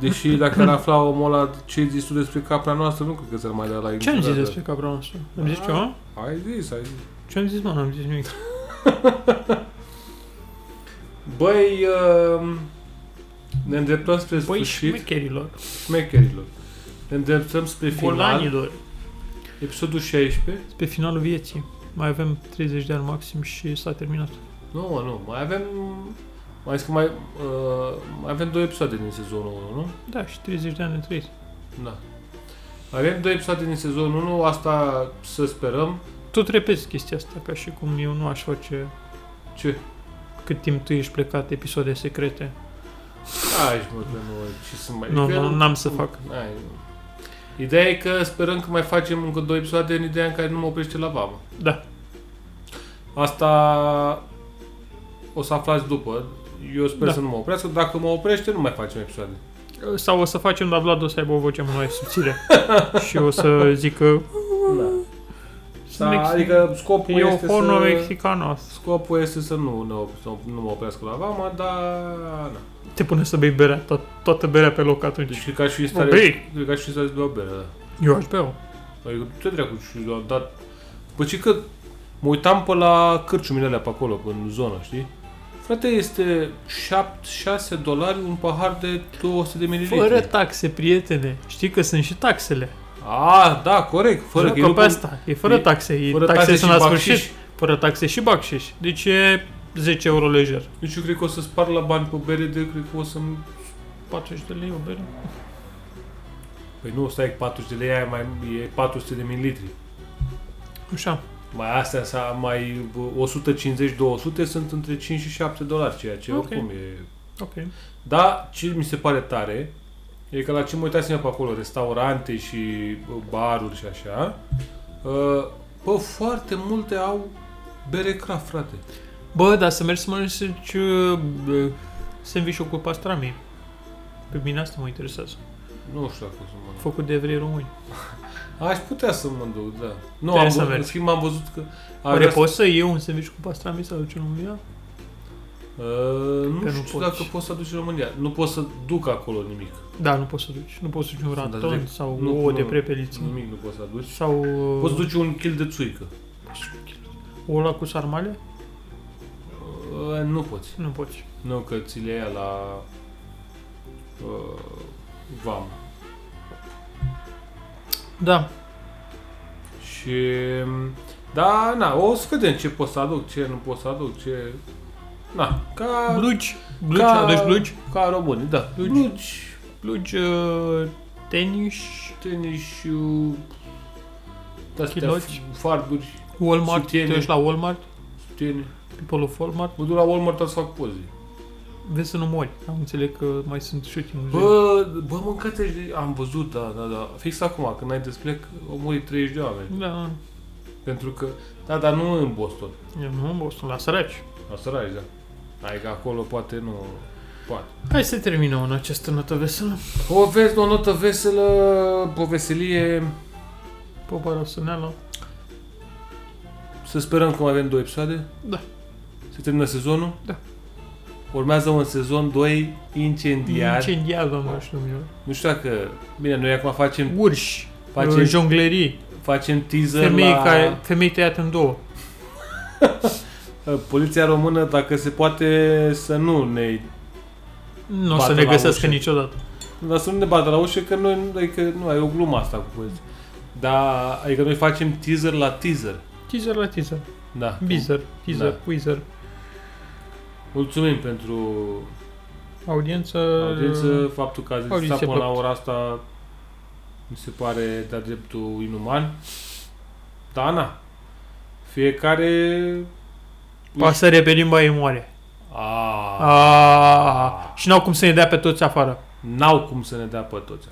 Speaker 4: Deși dacă ar afla omul ăla ce ai zis tu despre capra noastră, nu cred că ți-ar mai da la
Speaker 2: Ce am zis
Speaker 4: ignorare.
Speaker 2: despre capra noastră? Am zis
Speaker 4: Ah.
Speaker 2: ceva?
Speaker 4: Ai zis, ai zis.
Speaker 2: Ce am zis, mă? N-am zis nimic.
Speaker 4: Băi, uh, ne îndreptăm spre
Speaker 2: Băi,
Speaker 4: sfârșit.
Speaker 2: Păi, șmecherilor,
Speaker 4: Șmecherilor. Ne îndreptăm spre final.
Speaker 2: colanilor.
Speaker 4: Episodul 16.
Speaker 2: Pe finalul vieții. Mai avem 30 de ani maxim și s-a terminat.
Speaker 4: Nu, mă, nu. Mai avem... Mai zic că mai, uh, mai avem două episoade din sezonul 1, nu?
Speaker 2: Da, și 30 de ani de trăit.
Speaker 4: Da. Avem două episoade din sezonul 1, asta să sperăm.
Speaker 2: Tot repezi chestia asta, ca și cum eu nu aș face
Speaker 4: Ce?
Speaker 2: cât timp tu ești plecat episoade secrete.
Speaker 4: Ai, mă, că nu, ce să mai...
Speaker 2: Nu,
Speaker 4: Păi, că-
Speaker 2: nu, n-am să fac.
Speaker 4: Ai, nu. Ideea e că sperăm că mai facem încă două episoade în ideea în care nu mă oprește la vamă.
Speaker 2: Da.
Speaker 4: Asta o să aflați după. Eu sper
Speaker 2: Da.
Speaker 4: da. să nu mă oprească. Dacă mă oprește, nu mai facem episoade.
Speaker 2: Sau o să facem, dar Vlad o să aibă o voce mai subțire. și o să zică...
Speaker 4: Da. Da, adică scopul
Speaker 2: E o
Speaker 4: este
Speaker 2: porno
Speaker 4: să...
Speaker 2: mexicanos.
Speaker 4: Scopul este să nu, ne op- să nu mă oprească la vama, dar... Na.
Speaker 2: Te pune să bei berea, to- toată berea pe loc
Speaker 4: Deci
Speaker 2: atunci.
Speaker 4: cred că aș fi în
Speaker 2: Mă,
Speaker 4: stare...
Speaker 2: bei!
Speaker 4: Cred că aș fi în stare să beau bere, da.
Speaker 2: Eu aș bea
Speaker 4: Adică ce dracu și eu am dat... Bă, ce că mă uitam pe la cârciumile alea pe acolo, pe în zonă, știi? Frate, este 7-6 dolari un pahar de 200 de mililitri.
Speaker 2: Fără taxe, prietene. Știi că sunt și taxele.
Speaker 4: A, da, corect. Fără
Speaker 2: Fără
Speaker 4: că e
Speaker 2: că pe
Speaker 4: lucru-
Speaker 2: asta. E fără
Speaker 4: e-
Speaker 2: taxe. E
Speaker 4: fără
Speaker 2: taxe,
Speaker 4: taxe
Speaker 2: sunt
Speaker 4: și
Speaker 2: la
Speaker 4: bacșiș.
Speaker 2: sfârșit. Fără taxe și bacșiș. Deci e 10 euro lejer.
Speaker 4: Deci eu cred că o să spar la bani pe bere de, cred că o să-mi...
Speaker 2: 40 de lei o bere.
Speaker 4: Păi nu, stai, 40 de lei, aia e mai, e 400 de mililitri.
Speaker 2: Așa.
Speaker 4: Mai astea, sa- mai bă, 150-200 sunt între 5 și 7 dolari, ceea ce
Speaker 2: Ok.
Speaker 4: oricum e
Speaker 2: Ok.
Speaker 4: Da, ce mi se pare tare e că la ce mă uitasem eu pe acolo, restaurante și bă, baruri și așa, uh, bă, foarte multe au bere craft, frate.
Speaker 2: Bă, dar să mergi să mănânci uh, uh, sandwich-ul cu pastrami. Pe mine asta mă interesează.
Speaker 4: Nu știu dacă o să mă...
Speaker 2: Făcut de evrei români.
Speaker 4: Aș putea să mă duc, da. Nu,
Speaker 2: Trebuie
Speaker 4: am,
Speaker 2: să
Speaker 4: vă-
Speaker 2: mergi.
Speaker 4: în schimb am văzut că...
Speaker 2: Oare
Speaker 4: vrea să-
Speaker 2: poți să iei un sandwich cu pastrami sau ce nu ia?
Speaker 4: Uh, nu
Speaker 2: Că nu poți.
Speaker 4: știu dacă poți să aduci în România. Nu poți să duc acolo nimic.
Speaker 2: Da, nu poți să duci. Nu poți să duci un
Speaker 4: Să dați
Speaker 2: raton
Speaker 4: de-
Speaker 2: sau
Speaker 4: nu,
Speaker 2: ouă de
Speaker 4: nu,
Speaker 2: prepeliță.
Speaker 4: Nimic nu poți să aduci.
Speaker 2: Sau
Speaker 4: Poți duce un kil de țuică.
Speaker 2: ouă la cu sarmale?
Speaker 4: Uh, nu poți.
Speaker 2: Nu poți.
Speaker 4: Nu, că ți le ia la uh, VAM.
Speaker 2: Da.
Speaker 4: Și... Da, na, o să vedem ce pot să aduc, ce nu pot să aduc, ce... Na, ca...
Speaker 2: Blugi. Blugi,
Speaker 4: ca,
Speaker 2: aduci blugi?
Speaker 4: Ca români, da. Blugi. blugi
Speaker 2: Blugi, uh, tenis,
Speaker 4: tenisiu... Astea,
Speaker 2: Chiloci.
Speaker 4: f- farduri,
Speaker 2: Walmart.
Speaker 4: Sutiene.
Speaker 2: Te duci la Walmart,
Speaker 4: teni.
Speaker 2: people of Walmart.
Speaker 4: Mă duc la Walmart doar să fac poze.
Speaker 2: Vezi să nu mori. Am înțeles că mai sunt shooting
Speaker 4: Bă, bă, mâncați Am văzut, da, da, da. Fix acum, când ai plec, au murit 30 de oameni.
Speaker 2: Da,
Speaker 4: Pentru că... Da, dar nu în Boston.
Speaker 2: eu nu mă sunt la săraci.
Speaker 4: La săraci, da. Adică acolo poate nu... Poate.
Speaker 2: Hai să terminăm în această notă veselă.
Speaker 4: O, vezi, o notă veselă, o veselie.
Speaker 2: Popa Răsâneală.
Speaker 4: Să sperăm că mai avem două episoade.
Speaker 2: Da.
Speaker 4: Se termină sezonul.
Speaker 2: Da.
Speaker 4: Urmează un sezon 2 incendiar.
Speaker 2: Incendiat, doamne, nu știu eu.
Speaker 4: Nu știu dacă... Bine, noi acum facem,
Speaker 2: Urși,
Speaker 4: Facem-
Speaker 2: Facem... jonglerii,
Speaker 4: facem teaser
Speaker 2: femei,
Speaker 4: la...
Speaker 2: care, femei tăiate în două.
Speaker 4: uh, Poliția română, dacă se poate să nu ne...
Speaker 2: Nu o
Speaker 4: Bată
Speaker 2: să
Speaker 4: la
Speaker 2: ne găsească
Speaker 4: ușă.
Speaker 2: niciodată.
Speaker 4: Dar să nu ne bată la ușă, că noi... Adică, nu, e o glumă asta cu poliția. Dar, adică noi facem teaser la teaser.
Speaker 2: Teaser la teaser.
Speaker 4: Da.
Speaker 2: Bizer, teaser,
Speaker 4: Da.
Speaker 2: da. wizard.
Speaker 4: Mulțumim pentru
Speaker 2: Audiență...
Speaker 4: audiență, uh, faptul că ați
Speaker 2: audiențe
Speaker 4: existat până la
Speaker 2: plăcută.
Speaker 4: ora asta mi se pare de-a dreptul inuman. Da, na. Fiecare...
Speaker 2: Pasăre pe limba ei moare.
Speaker 4: A,
Speaker 2: Aaaa. Ah. Și n-au cum să ne dea pe toți afară.
Speaker 4: n-au cum să ne dea pe toți.